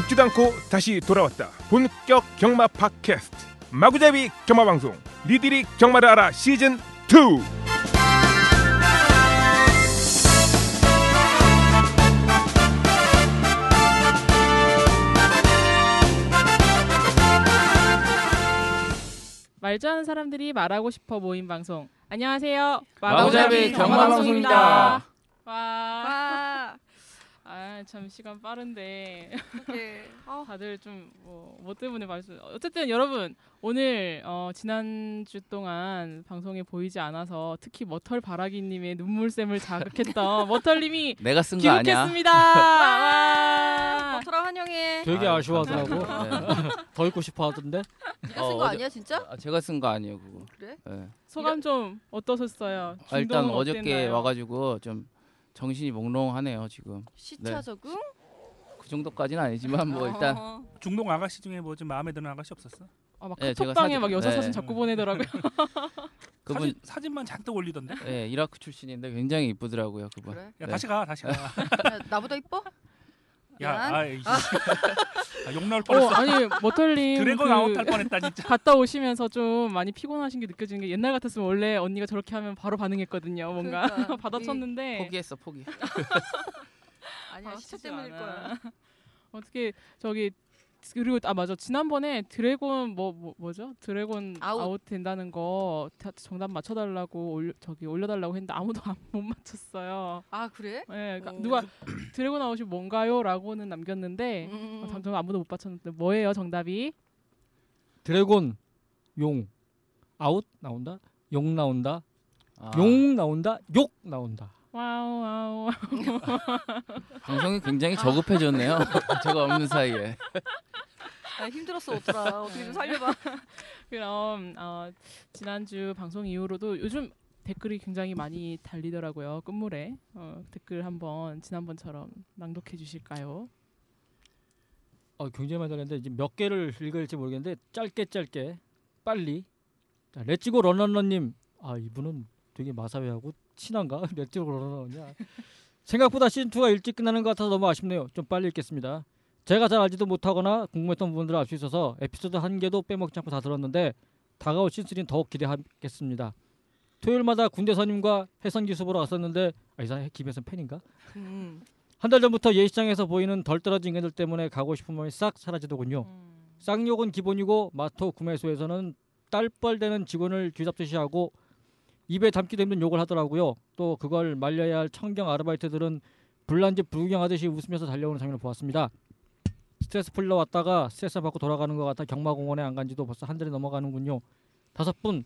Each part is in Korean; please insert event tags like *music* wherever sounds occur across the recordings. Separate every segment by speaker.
Speaker 1: 잊지도 않고 다시 돌아왔다. 본격 경마 팟캐스트 마구잡이 경마 방송 니들이 경마를 알아 시즌 2.
Speaker 2: 말좋아하는 사람들이 말하고 싶어 모임 방송. 안녕하세요.
Speaker 3: 마구잡이
Speaker 2: 아, 경마방송입니다.
Speaker 3: 경마방송입니다.
Speaker 2: 와,
Speaker 4: 와,
Speaker 2: 아, 참 시간 빠른데
Speaker 4: 예. 어,
Speaker 2: 다들 좀뭐 뭐 때문에 말씀. 어쨌든 여러분 오늘 어, 지난주 동안 방송에 보이지 않아서 특히 머털 바라기님의 눈물샘을 자극했던 머털님이
Speaker 3: 내가 쓴 거 아니야? *laughs*
Speaker 2: 귀국했습니다.
Speaker 4: 아,
Speaker 2: 와.
Speaker 4: 버터랑 환영해.
Speaker 5: 되게
Speaker 3: 아유,
Speaker 5: 아쉬워하더라고.
Speaker 3: 감사합니다. 네.
Speaker 5: *laughs* 더 있고 싶어 하던데.
Speaker 4: 네가
Speaker 3: 어,
Speaker 4: 쓴 거
Speaker 3: 어제-
Speaker 4: 아니야 진짜?
Speaker 3: 아, 제가 쓴 거 아니에요 그거.
Speaker 4: 그래?
Speaker 3: 네.
Speaker 2: 소감 좀 어떠셨어요?
Speaker 3: 아, 일단
Speaker 2: 중동은
Speaker 3: 어저께
Speaker 2: 어땠나요?
Speaker 3: 와가지고 좀 정신이 몽롱하네요 지금.
Speaker 4: 시차
Speaker 3: 네.
Speaker 4: 적응?
Speaker 3: 그 정도까지는 아니지만 뭐 일단
Speaker 4: 어.
Speaker 6: 중동 아가씨 중에 뭐 좀 마음에 드는 아가씨 없었어?
Speaker 2: 아, 막
Speaker 3: 네, 제가
Speaker 2: 카톡방에
Speaker 3: 사진-
Speaker 2: 막 여섯
Speaker 3: 네.
Speaker 2: 사진 자꾸 보내더라고요.
Speaker 3: 그분
Speaker 6: 사진, 사진만 잔뜩 올리던데.
Speaker 3: 예 이라크 출신인데 굉장히 이쁘더라고요 그분.
Speaker 4: 그래?
Speaker 3: 네.
Speaker 6: 야 다시 가 다시 가.
Speaker 4: 야, 나보다 이뻐?
Speaker 6: 야
Speaker 4: 미안.
Speaker 6: 아, 이씨. 아, 욕 나올
Speaker 2: 어,
Speaker 6: 뻔했어.
Speaker 2: 아니 머털님
Speaker 6: 드래곤
Speaker 2: 그
Speaker 6: 아웃할 뻔했다 진짜.
Speaker 2: 갔다 오시면서 좀 많이 피곤하신 게 느껴지는 게 옛날 같았으면 원래 언니가 저렇게 하면 바로 반응했거든요. 뭔가 *laughs*
Speaker 4: 그러니까.
Speaker 2: 받아쳤는데
Speaker 3: 포기했어 포기.
Speaker 4: 아니야 시차
Speaker 2: 받아치지
Speaker 4: 때문일
Speaker 2: 않아.
Speaker 4: 거야.
Speaker 2: 어떻게 저기 그리고 아 맞아 지난번에 드래곤 뭐, 뭐 뭐죠 드래곤 아웃,
Speaker 4: 아웃.
Speaker 2: 된다는 거 다- 정답 맞춰달라고 올려, 저기 올려달라고 했는데 아무도 안- *laughs* 못 맞췄어요. *laughs*
Speaker 4: 아 그래?
Speaker 2: 예, 그러니까
Speaker 4: 오.
Speaker 2: 누가 드래곤 아웃이 뭔가요?라고는 남겼는데
Speaker 4: 음.
Speaker 2: 아, 참, 저는 아무도 못 맞췄는데 뭐예요 정답이?
Speaker 5: 드래곤 용 아웃 나온다. 용 나온다.
Speaker 3: 아,
Speaker 5: 용 나온다. 욕 나온다.
Speaker 2: 와우 와우.
Speaker 3: 방송이 굉장히 저급해졌네요. *laughs* 제가 없는 사이에.
Speaker 4: 아, 힘들었어 오더라. 어떻게
Speaker 2: 네.
Speaker 4: 좀
Speaker 2: *laughs*
Speaker 4: 살려봐.
Speaker 2: 그럼 어, 지난주 방송 이후로도 요즘 댓글이 굉장히 많이 달리더라고요. 끝물에 어, 댓글 한번 지난번처럼 낭독해 주실까요?
Speaker 5: 어, 굉장히 많이 달렸는데 이제 몇 개를 읽을지 모르겠는데 짧게 짧게 빨리. 자, 렛츠고 런런런님. 아 이분은 되게 마사회하고 친한가? *laughs* 렛츠고 런런런이야. 생각보다 시즌 2가 일찍 끝나는 것 같아서 너무 아쉽네요. 좀 빨리 읽겠습니다. 제가 잘 알지도 못하거나 궁금했던 부분들을 알 수 있어서 에피소드 한 개도 빼먹지 않고 다 들었는데 다가올 시즌3는 더욱 기대하겠습니다. 토요일마다 군대 선임과 해선 기수 보러 갔었는데 아, 이상해 김혜선 팬인가?
Speaker 4: 음.
Speaker 5: 한 달 전부터 예식장에서 보이는 덜 떨어진 인간들 때문에 가고 싶은 마음이 싹 사라지더군요. 쌍욕은 기본이고 마토 구매소에서는 딸뻘대는 직원을 뒤잡듯이 하고 입에 담기도 힘든 욕을 하더라고요. 또 그걸 말려야 할 청경 아르바이트들은 불난지 불구경하듯이 웃으면서 달려오는 장면을 보았습니다. 스트레스 풀러 왔다가 스트레스 받고 돌아가는 것 같아 경마공원에 안 간지도 벌써 한 달이 넘어가는군요. 다섯 분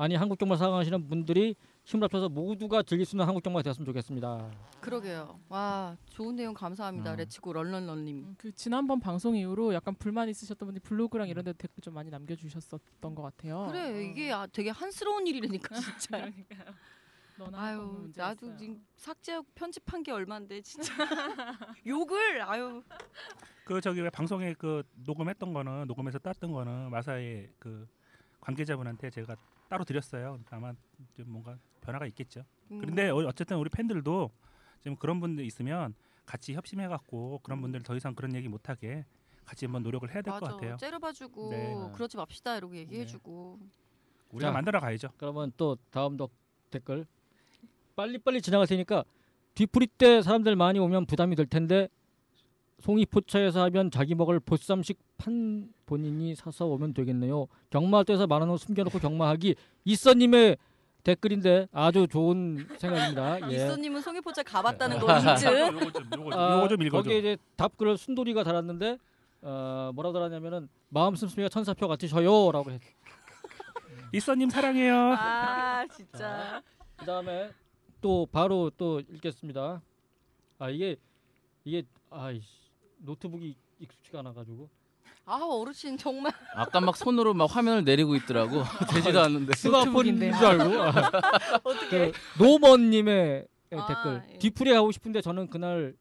Speaker 5: 아니 한국 경마 사랑하시는 분들이 힘을 합쳐서 모두가 즐길 수 있는 한국 경마가 되었으면 좋겠습니다.
Speaker 4: 그러게요. 와 좋은 내용 감사합니다.
Speaker 5: 음.
Speaker 4: 레츠고 런런런님.
Speaker 2: 음, 그 지난번 방송 이후로 약간 불만 있으셨던 분이 블로그랑 이런 데 댓글 좀 많이 남겨 주셨었던 것 같아요. 어,
Speaker 4: 그래 이게 아, 되게
Speaker 2: *laughs*
Speaker 4: 한스러운 일이라니까 진짜.
Speaker 2: 너나 한번
Speaker 4: 아유
Speaker 2: 문제
Speaker 4: 나도
Speaker 2: 있어요.
Speaker 4: 지금 삭제하고 편집한 게
Speaker 2: *laughs*
Speaker 4: 얼만데 진짜. 욕을 아유.
Speaker 6: 그 저기 왜 방송에 그 녹음했던 거는 녹음해서 땄던 거는 마사의 그 관계자분한테 제가 따로 드렸어요. 그러니까 아마 좀 뭔가 변화가 있겠죠.
Speaker 4: 음.
Speaker 6: 그런데 어- 어쨌든 우리 팬들도 지금 그런 분들 있으면 같이 협심해 갖고 그런 분들 더 이상 그런 얘기 못 하게 같이 한번 노력을 해야 될 것
Speaker 4: 맞아.
Speaker 6: 같아요.
Speaker 4: 째려봐주고
Speaker 6: 네.
Speaker 4: 그러지 맙시다 이러고 얘기해주고.
Speaker 5: 네.
Speaker 6: 우리가
Speaker 5: 자.
Speaker 6: 만들어 가야죠.
Speaker 5: 그러면 또 다음 덕 댓글 빨리빨리 지나갈 테니까 뒤풀이 때 사람들 많이 오면 부담이 될 텐데 송이 포차에서 하면 자기 먹을 보쌈식 판 본인이 사서 오면 되겠네요. 경마할 때서 만원 숨겨놓고 경마하기 이선님의 댓글인데 아주 좋은
Speaker 4: *laughs*
Speaker 5: 생각입니다. 예. 네.
Speaker 4: 이수님은 송이포차 가봤다는 거
Speaker 5: *laughs*
Speaker 4: 인증.
Speaker 6: 요거 좀 요거 좀,
Speaker 5: 아,
Speaker 6: 요거 좀 읽어줘.
Speaker 5: 거기에 이제 답글을 순돌이가 달았는데 어, 뭐라고 달았냐면은 마음 씀씀이가 천사표 같으셔요라고 했.
Speaker 6: 이선님 사랑해요.
Speaker 4: 아 진짜.
Speaker 5: 그다음에 또 바로 또 읽겠습니다. 아 이게 이게 아이 노트북이 익숙치가 않아 가지고
Speaker 4: 아 어르신 정말
Speaker 3: 아까 막 손으로 막 화면을 내리고 있더라고. *laughs* 되지도 않는데.
Speaker 2: 노트북인데요.
Speaker 5: 줄 알고. 아,
Speaker 2: *laughs*
Speaker 5: 그 노먼 님의
Speaker 4: 아,
Speaker 5: 댓글.
Speaker 4: 예.
Speaker 5: 뒤풀이 가고 싶은데 저는 그날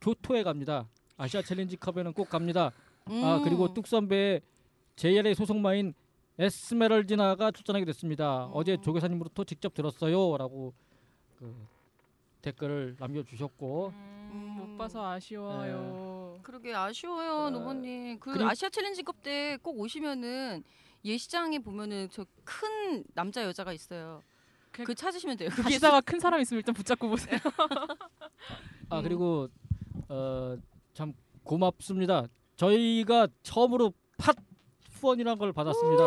Speaker 5: 교토에 갑니다. 아시아 챌린지 컵에는 꼭 갑니다.
Speaker 2: 음.
Speaker 5: 아
Speaker 4: 음.
Speaker 5: 그리고 뚝 선배의 JLA 소속마인 에스메랄디나가 출전하게 됐습니다. 어제
Speaker 4: 음.
Speaker 5: 조교사님으로부터 직접 들었어요라고 그 댓글을 남겨주셨고
Speaker 2: 어, 음, 못 봐서 아쉬워요.
Speaker 4: 그러게 아쉬워요,
Speaker 2: 어,
Speaker 4: 노보님. 그
Speaker 5: 그리고-
Speaker 4: 아시아 챌린지컵 때 꼭 오시면은 예시장에 보면은 저 큰 남자 여자가 있어요.
Speaker 2: 그-
Speaker 4: 그, 찾으시면 돼요. 그게
Speaker 2: 가시다가 큰 사람 있으면 일단 붙잡고
Speaker 4: *laughs*
Speaker 2: 보세요.
Speaker 5: 아
Speaker 4: 음.
Speaker 5: 그리고 어, 참 고맙습니다. 저희가 처음으로 팟 후원이란 걸 받았습니다.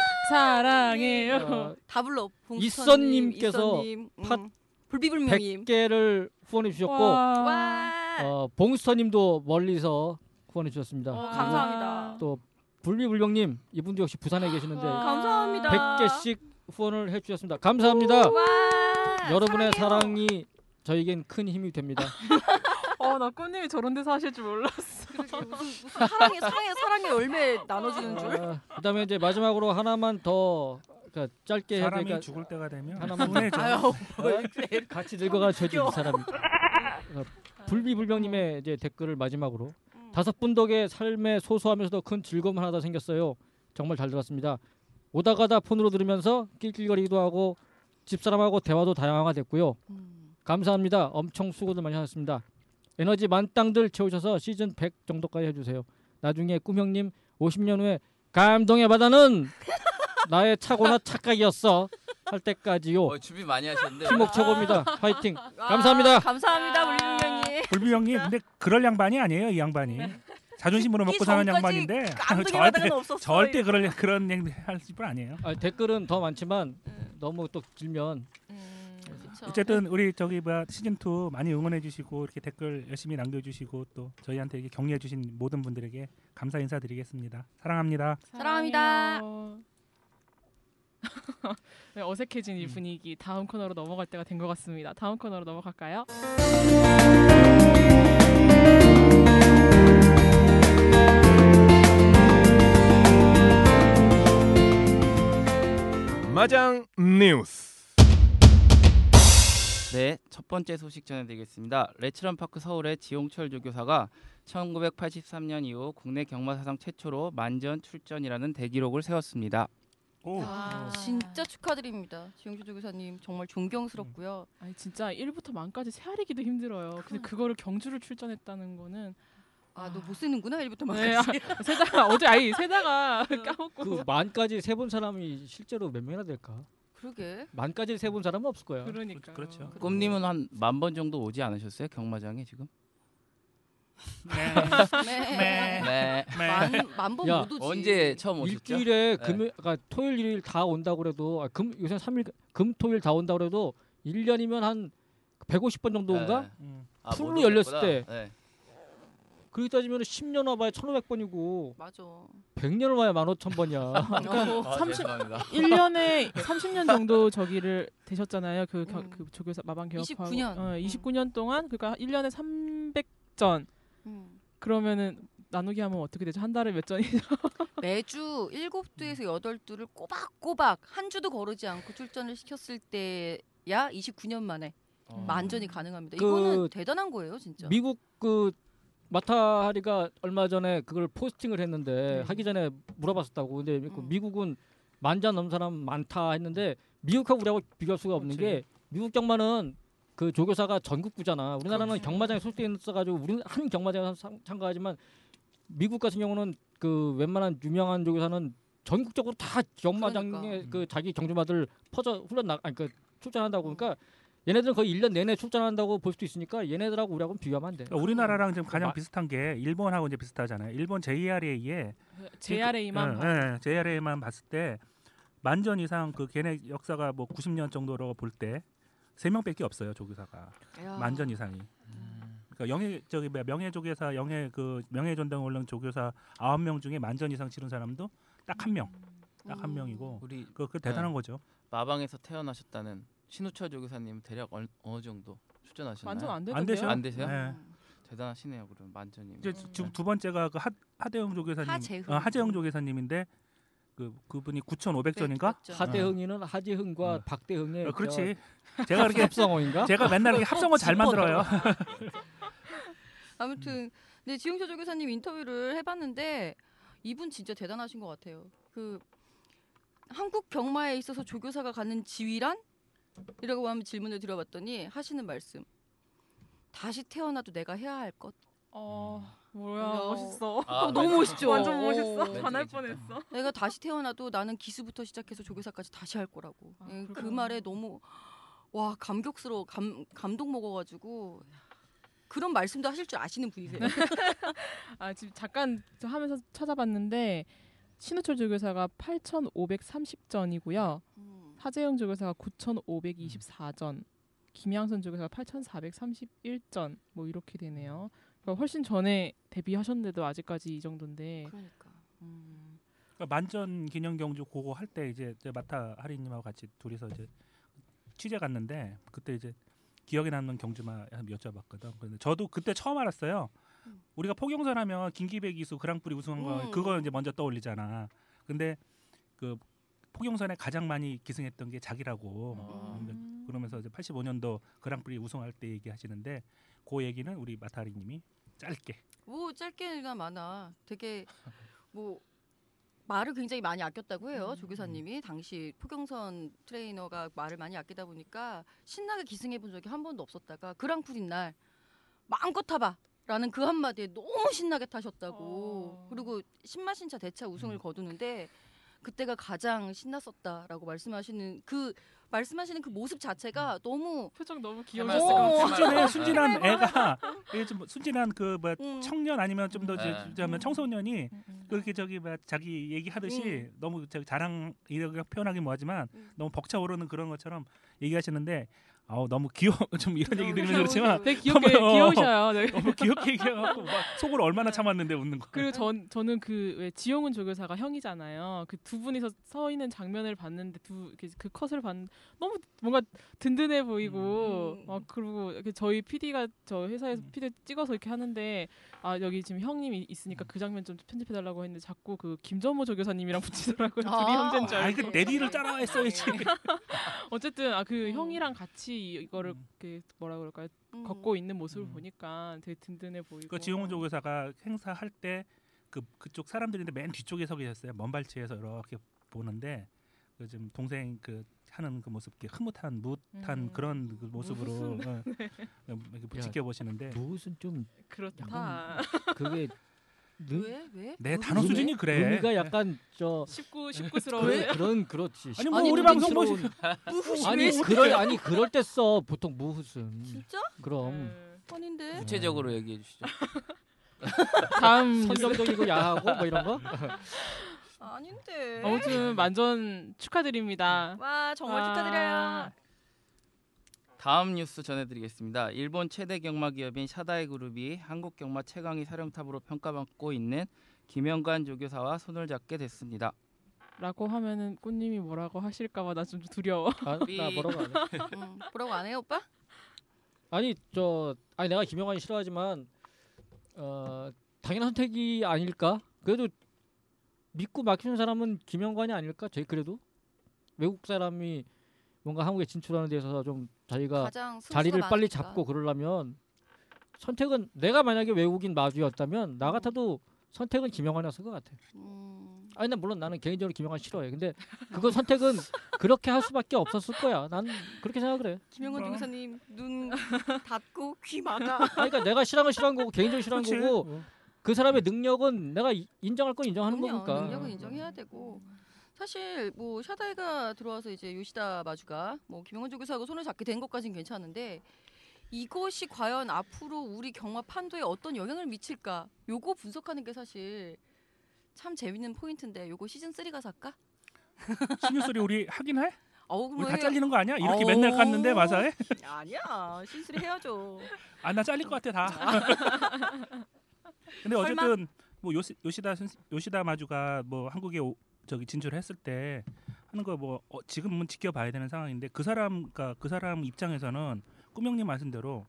Speaker 4: 네.
Speaker 2: 사랑해요.
Speaker 4: *laughs*
Speaker 5: 어,
Speaker 4: 다블로 봉수님,
Speaker 5: 이선님께서
Speaker 4: 이선님, 음,
Speaker 5: 팟
Speaker 4: 불비불명님.
Speaker 5: 100개를 후원해 주셨고
Speaker 2: 와.
Speaker 4: 와.
Speaker 5: 어, 봉스터님도 멀리서 후원해 주셨습니다.
Speaker 2: 와.
Speaker 5: 그리고
Speaker 4: 어, 감사합니다.
Speaker 5: 또 불미불명님 이분도 역시 부산에 계시는데
Speaker 2: 와.
Speaker 4: 감사합니다.
Speaker 5: 100개씩 후원을 해 주셨습니다. 감사합니다.
Speaker 4: 와.
Speaker 5: 여러분의
Speaker 4: 사랑해요.
Speaker 5: 사랑이 저에겐 큰
Speaker 4: *laughs*
Speaker 5: 힘이 됩니다.
Speaker 2: 어, 나 꽃님이 저런 데서 하실 줄 몰랐어.
Speaker 4: 그러게, 무슨, 무슨 사랑의 사랑의 사랑의 열매 나눠주는 줄.
Speaker 5: 아, 그다음에 이제 마지막으로 하나만 더 그러니까 짧게
Speaker 4: 네,
Speaker 5: 해야
Speaker 6: 사람이
Speaker 5: 되니까
Speaker 4: 아,
Speaker 6: 죽을 때가 되면 아,
Speaker 5: 하나만
Speaker 6: 후회죠.
Speaker 5: 어? 같이 늙어가 저주 이 사람이 어, 불미불명님의 이제 댓글을 마지막으로
Speaker 4: 음.
Speaker 5: 다섯 분 덕에 삶에 소소하면서도 큰 즐거움 하나 더 생겼어요. 정말 잘 들었습니다. 오다 가다 폰으로 들으면서 낄낄거리기도 하고 집사람하고 대화도 다양화됐고요.
Speaker 4: 음.
Speaker 5: 감사합니다. 엄청 수고들 많이 하셨습니다. 에너지 만땅들 채우셔서 시즌 100 정도까지 해주세요. 나중에 꿈형님 50년 후에 감동의 바다는 나의 착오나 착각이었어 할 때까지요.
Speaker 3: 어, 준비 많이 하셨는데.
Speaker 5: 팀목 최고입니다. 파이팅.
Speaker 4: 와,
Speaker 5: 감사합니다.
Speaker 4: 아, 감사합니다, 불비불명님.
Speaker 6: *laughs* 불비 형님 근데 그럴 양반이 아니에요 이 양반이
Speaker 4: 네.
Speaker 6: 자존심으로 먹고 사는
Speaker 4: 전까지
Speaker 6: 양반인데
Speaker 4: 깜둥이
Speaker 6: *laughs* 절대
Speaker 4: 그 바닥은 없었어.
Speaker 6: 절대 그럴 그런 얘기 할분 아니에요.
Speaker 4: 어,
Speaker 5: 아, 댓글은 더 많지만
Speaker 4: 음.
Speaker 5: 너무 또 길면
Speaker 4: 음, 그쵸.
Speaker 6: 어쨌든 우리 저기 뭐야 시즌 2 많이 응원해 주시고 이렇게 댓글 열심히 남겨 주시고 또 저희한테 이렇게 격려해 주신 모든 분들에게 감사 인사드리겠습니다. 사랑합니다.
Speaker 4: 사랑합니다.
Speaker 2: 사랑해요. 네, 어색해진 이 분위기 다음 코너로 넘어갈 때가 된 것 같습니다. 다음 코너로 넘어갈까요?
Speaker 1: 마장 뉴스.
Speaker 3: 네, 첫 번째 소식 전해드리겠습니다. 레츠런 파크 서울의 지용철 조교사가 1983년 이후 국내 경마 사상 최초로 만전 출전이라는 대기록을 세웠습니다.
Speaker 6: 오.
Speaker 4: 아, 진짜 축하드립니다. 지용주 조교사님 정말 존경스럽고요.
Speaker 2: 아니 진짜 1부터 만까지 세아리기도 힘들어요. 근데 그거를 경주를 출전했다는 거는
Speaker 4: 아, 너 못 쓰는구나. 1부터
Speaker 2: 네,
Speaker 4: 막까지.
Speaker 2: 아, *laughs* 세다가 어제 아니 *laughs* 세다가 까먹고
Speaker 3: *laughs*
Speaker 5: 그 만까지 세본 사람이 실제로 몇 명이나 될까?
Speaker 4: 그러게.
Speaker 5: 만까지 세본 사람은 없을 거야.
Speaker 2: 그러니까
Speaker 6: 그렇죠.
Speaker 3: 꿈님은 한 만 번 정도 오지 않으셨어요? 경마장에 지금?
Speaker 6: 네. *laughs*
Speaker 4: 네.
Speaker 3: 네.
Speaker 6: 네.
Speaker 4: 만만번
Speaker 5: 야,
Speaker 4: 못 오지.
Speaker 3: 언제 처음 오셨죠? 네.
Speaker 5: 일주일에 금요 그러니까 토요일 일요일 다 온다 그래도 아, 금 요새 3일 금 토요일 다 온다 그래도 1년이면 한 150번 정도인가?
Speaker 3: 네.
Speaker 6: 음.
Speaker 3: 아,
Speaker 5: 풀로
Speaker 3: 못 오셨구나.
Speaker 5: 열렸을 때.
Speaker 3: 네.
Speaker 5: 그렇게 따지면 10년 와봐야 1,500번이고
Speaker 4: 맞아.
Speaker 5: 100년 와야 15,000번이야.
Speaker 4: 어,
Speaker 3: 아,
Speaker 2: 삼십-
Speaker 3: 죄송합니다.
Speaker 2: 1년에 30년 정도 저기를 되셨잖아요. 그, 겨-
Speaker 4: 음.
Speaker 2: 그 조교사 마방 개업하고
Speaker 4: 29년.
Speaker 2: 어,
Speaker 4: 음.
Speaker 2: 29년 동안 그러니까 1년에 300전
Speaker 4: 음.
Speaker 2: 그러면은 나누기 하면 어떻게 되죠? 한 달에 몇 전이?
Speaker 4: 매주 7두에서 8두를 꼬박꼬박 한 주도 거르지 않고 출전을 시켰을 때야 29년 만에
Speaker 3: 어.
Speaker 4: 만전이 가능합니다.
Speaker 5: 그-
Speaker 4: 이거는 대단한 거예요, 진짜.
Speaker 5: 미국 그 마타하리가 얼마 전에 그걸 포스팅을 했는데
Speaker 2: 네.
Speaker 5: 하기 전에 물어봤었다고. 근데 그
Speaker 4: 음.
Speaker 5: 미국은 만자 넘는 사람 많다 했는데 미국하고 우리하고 비교할 수가 없는 게 미국 경마는 그 조교사가 전국구잖아. 우리나라는
Speaker 4: 그렇지.
Speaker 5: 경마장에 소속돼 있어가지고 우리는 한 경마장에서 상- 참가하지만 미국 같은 경우는 그 웬만한 유명한 조교사는 전국적으로 다 경마장에
Speaker 4: 그러니까.
Speaker 5: 그 자기 경주마들 퍼져 훈련나 아니 그 출전한다고 그러니까 얘네들은 거의 1년 내내 출전한다고 볼 수도 있으니까 얘네들하고 우리하고는 비교하면 안 돼.
Speaker 6: 그러니까 우리나라랑 지금 가장
Speaker 5: 마-
Speaker 6: 비슷한 게 일본하고 이제 비슷하잖아요. 일본 JRA에 예,
Speaker 2: JRA만 봐.
Speaker 6: JRA만 봤을 때 만전 이상 그 걔네 역사가 뭐 90년 정도로 볼 때 세 명밖에 없어요 조교사가
Speaker 4: 음. 야.
Speaker 6: 만전 이상이. 그러니까 영예 저기 뭐야 명예 조교사 영예 그 명예 전당 올른 조교사 아홉 명 중에 만전 이상 치른 사람도 딱 한 명, 딱 한
Speaker 4: 음.
Speaker 6: 명이고
Speaker 3: 우리
Speaker 6: 그, 그 대단한 거죠.
Speaker 3: 마방에서 태어나셨다는 신우철 조교사님 대략 얼- 어느 정도 출전하셨나요?
Speaker 2: 만전 안 되던데요?
Speaker 6: 안 되셔?
Speaker 3: 안
Speaker 4: 음.
Speaker 3: 되세요?
Speaker 6: 네.
Speaker 3: 대단하시네요. 그럼 네. 만전님.
Speaker 6: 이제 지- 지금 두 번째가 그 하, 하대영 조교사님,
Speaker 4: 하재흥.
Speaker 6: 어, 하재영 조교사님인데 그 그분이 9,500전인가?
Speaker 4: 그렇죠.
Speaker 5: 하대흥이는 하재흥과
Speaker 6: 어.
Speaker 5: 박대흥의
Speaker 6: 어, 그렇지.
Speaker 5: 제가
Speaker 6: 제가 *laughs* 그렇게
Speaker 5: 합성어인가? *laughs*
Speaker 6: 제가 맨날 이렇게 합성어 잘 만들어요. 음.
Speaker 4: 아무튼 네 지용철 조교사님 인터뷰를 해봤는데 이분 진짜 대단하신 것 같아요. 그 한국 경마에 있어서 조교사가 갖는 지위란? 이라고 한번 질문을 드려봤더니 하시는 말씀 다시 태어나도 내가 해야 할 것
Speaker 2: 어, 뭐야
Speaker 4: 뭐야.
Speaker 2: 멋있어.
Speaker 3: 아,
Speaker 4: 어, 너무 멋있죠.
Speaker 2: 완전
Speaker 4: 어,
Speaker 2: 멋있어.
Speaker 4: 어.
Speaker 2: 반할
Speaker 3: 멘트 괜찮다.
Speaker 2: 뻔했어.
Speaker 4: 내가 다시 태어나도 나는 기수부터 시작해서 조교사까지 다시 할 거라고.
Speaker 2: 아,
Speaker 4: 예, 그
Speaker 2: 그렇구나.
Speaker 4: 말에 너무 와 감격스러워 감 감동 먹어가지고 그런 말씀도 하실 줄 아시는 분이세요.
Speaker 2: 아 지금 잠깐 저 하면서 찾아봤는데 신우철 조교사가 8,530전이고요.
Speaker 4: *laughs* 음.
Speaker 2: 하재영 조교사가 9,524전, 김양선 조교사가 8,431전 뭐 이렇게 되네요. 그러니까 훨씬 전에 데뷔하셨는데도 아직까지 이 정도인데.
Speaker 4: 그러니까.
Speaker 2: 음.
Speaker 6: 그러니까 만전 기념 경주 그거 할 때 이제 제 마타 하리님하고 같이 둘이서 이제 취재 갔는데 그때 이제 기억에 남는 경주만 한 여쭤봤거든. 근데 저도 그때 처음 알았어요.
Speaker 4: 음.
Speaker 6: 우리가 포경선 하면 김기배 기수 그랑프리 우승한 거
Speaker 4: 음.
Speaker 6: 그거 이제 먼저 떠올리잖아. 근데 그 포경선에 가장 많이 기승했던 게 자기라고
Speaker 3: 아.
Speaker 2: 음.
Speaker 6: 그러면서 이제 85년도 그랑프리 우승할 때 얘기하시는데 그 얘기는 우리 마타리님이 짧게
Speaker 4: 뭐 짧게가 많아. 되게 뭐 말을 굉장히 많이 아꼈다고 해요. 조교사님이 당시 포경선 트레이너가 말을 많이 아끼다 보니까 신나게 기승해 본 적이 한 번도 없었다가 그랑프리 날 마음껏 타봐. 라는 그 한마디에 너무 신나게 타셨다고.
Speaker 2: 어.
Speaker 4: 그리고 신마신차 대차 우승을
Speaker 6: 음.
Speaker 4: 거두는데 그때가 가장 신났었다라고 말씀하시는 그 말씀하시는 그 모습 자체가 너무
Speaker 2: 표정 너무
Speaker 4: 오,
Speaker 2: 귀여우셨어요.
Speaker 3: 네.
Speaker 6: 순진해 순진한
Speaker 2: 네.
Speaker 6: 애가 이게 좀 순진한 그 뭐
Speaker 4: 음.
Speaker 6: 청년 아니면 좀 더
Speaker 3: 네.
Speaker 6: 하면 청소년이
Speaker 2: 음, 음.
Speaker 6: 그렇게 저기 막 자기 얘기하듯이
Speaker 4: 음.
Speaker 6: 너무 저 자랑 이렇게 표현하기 뭐하지만
Speaker 4: 음.
Speaker 6: 너무 벅차오르는 그런 것처럼 얘기하시는데 아우 너무 귀여 *laughs* 좀 이런 얘기 들으면 그렇지만
Speaker 2: 음. 되게 귀엽게
Speaker 6: 어머.
Speaker 2: 귀여우셔요. 네.
Speaker 6: 너무 귀엽게 얘기해갖고 막 속을 얼마나 참았는데 웃는 거.
Speaker 2: 그리고 전 저는 그 왜 지용훈 조교사가 형이잖아요. 그 두 분이서 서 있는 장면을 봤는데 두그 컷을 봤 너무 뭔가 든든해 보이고
Speaker 4: 음.
Speaker 2: 막 그리고 이렇게 저희 PD가 저 회사에서
Speaker 6: 음.
Speaker 2: PD 찍어서 이렇게 하는데 아 여기 지금 형님이
Speaker 4: 음.
Speaker 2: 있으니까 그 장면 좀 편집해 달라고 했는데 자꾸 그 김전모 조교사님이랑 *laughs* 붙이더라고요. 둘이
Speaker 4: 아.
Speaker 2: 형제인 줄
Speaker 6: 아
Speaker 2: 알고.
Speaker 6: 이거 내리를 따라했어야지.
Speaker 2: 네. 어쨌든 아 그
Speaker 4: 음.
Speaker 2: 형이랑 같이 이거를
Speaker 6: 음.
Speaker 2: 이렇게 뭐라 그럴까요?
Speaker 4: 음.
Speaker 2: 걷고 있는 모습을
Speaker 6: 음.
Speaker 2: 보니까 되게 든든해 보이고.
Speaker 6: 그 지용훈 조교사가 행사할 때 그 그쪽 사람들인데 맨 뒤쪽에 서 계셨어요. 먼발치에서 이렇게 보는데 그 좀 동생 그 하는 그 모습 이렇게 흐뭇한 무한
Speaker 2: 음.
Speaker 6: 그런 그 모습으로 어, 이렇게
Speaker 5: 야,
Speaker 6: 지켜보시는데
Speaker 5: 무슨 좀
Speaker 2: 그렇다. *laughs*
Speaker 5: 그게 느-
Speaker 4: 왜? 왜?
Speaker 6: 내 단어 수준이 그래.
Speaker 5: 의미가 약간 저
Speaker 2: 19, 19스러운.
Speaker 5: 그런, 그런 그렇지.
Speaker 6: 아니, 뭐
Speaker 5: 아니,
Speaker 6: 우리 방송 보시-
Speaker 5: 무등스러운-
Speaker 4: 무후시
Speaker 5: 아니 그럴 아니 그럴 때 써 보통 무후슨.
Speaker 4: 진짜?
Speaker 5: 그럼
Speaker 4: 아닌데.
Speaker 3: 구체적으로 얘기해 주시죠.
Speaker 2: 다음
Speaker 5: *laughs* 선정적이고 야하고 뭐 이런 거.
Speaker 6: 어,
Speaker 2: 네.
Speaker 4: 아닌데.
Speaker 2: 아무튼 만전 축하드립니다.
Speaker 4: 와 정말
Speaker 2: 와.
Speaker 4: 축하드려요.
Speaker 3: 다음 뉴스 전해드리겠습니다. 일본 최대 경마 기업인 샤다이 그룹이 한국 경마 최강의 사령탑으로 평가받고 있는 김영관 조교사와 손을 잡게 됐습니다.
Speaker 2: 라고 하면은 꽃님이 뭐라고 하실까봐 나 좀
Speaker 5: *laughs*
Speaker 2: 두려워.
Speaker 5: 아, 나 뭐라고 안 해.
Speaker 4: 응. 뭐라고 안 해요 오빠?
Speaker 5: 아니 저 아니 내가 김영환이 싫어하지만 어 당연한 선택이 아닐까? 그래도 믿고 맡기는 사람은 김영관이 아닐까? 저희 그래도 외국 사람이 뭔가 한국에 진출하는 데 있어서 좀 자기가
Speaker 4: 가장 승수가
Speaker 5: 그러니까 자리를 빨리
Speaker 4: 많으니까.
Speaker 5: 잡고 그러려면 선택은 내가 만약에 외국인 마주였다면 나 같아도 선택은 김영환이었을 것 같아.
Speaker 4: 음.
Speaker 5: 아니 나 물론 나는 개인적으로 김영환 싫어해. 근데 그거 선택은 그렇게 할 수밖에 없었을 거야. 난 그렇게 생각을 해.
Speaker 4: 김영건
Speaker 6: 뭐.
Speaker 4: 중사님 *laughs* 눈 닫고 귀 막아.
Speaker 5: 아니, 그러니까 내가 싫어한 건 싫어한 거고 개인적으로 싫어한
Speaker 6: 그치?
Speaker 5: 거고 그 사람의 능력은 내가 이- 인정할 건 인정하는
Speaker 4: 그럼요.
Speaker 5: 거니까.
Speaker 4: 능력은 인정해야 되고. 사실 뭐 샤다이가 들어와서 이제 요시다 마주가 뭐 김영건 조교사하고 손을 잡게 된 것까진 괜찮은데 이것이 과연 앞으로 우리 경마 판도에 어떤 영향을 미칠까? 요거 분석하는 게 사실 참 재밌는 포인트인데 요거 시즌 3 가서 할까?
Speaker 6: 신유 소리 우리 하긴 해?
Speaker 4: 어우
Speaker 6: 우리
Speaker 4: 그럼
Speaker 6: 다
Speaker 4: 왜-
Speaker 6: 잘리는 거 아니야? 이렇게
Speaker 4: 어.
Speaker 6: 맨날 갔는데 마사에?
Speaker 4: 아니야 시즌 3 해야죠.
Speaker 6: 아나 잘릴 것 같아 다.
Speaker 4: *laughs*
Speaker 6: 근데
Speaker 4: 설마?
Speaker 6: 어쨌든 뭐 요시, 요시다 선- 요시다 마주가 뭐 한국에 오- 저기 진출했을 때 하는 거 뭐 지금은 지켜봐야 되는 상황인데 그 사람 그러니까 그 사람 입장에서는 꾸명님 말씀 대로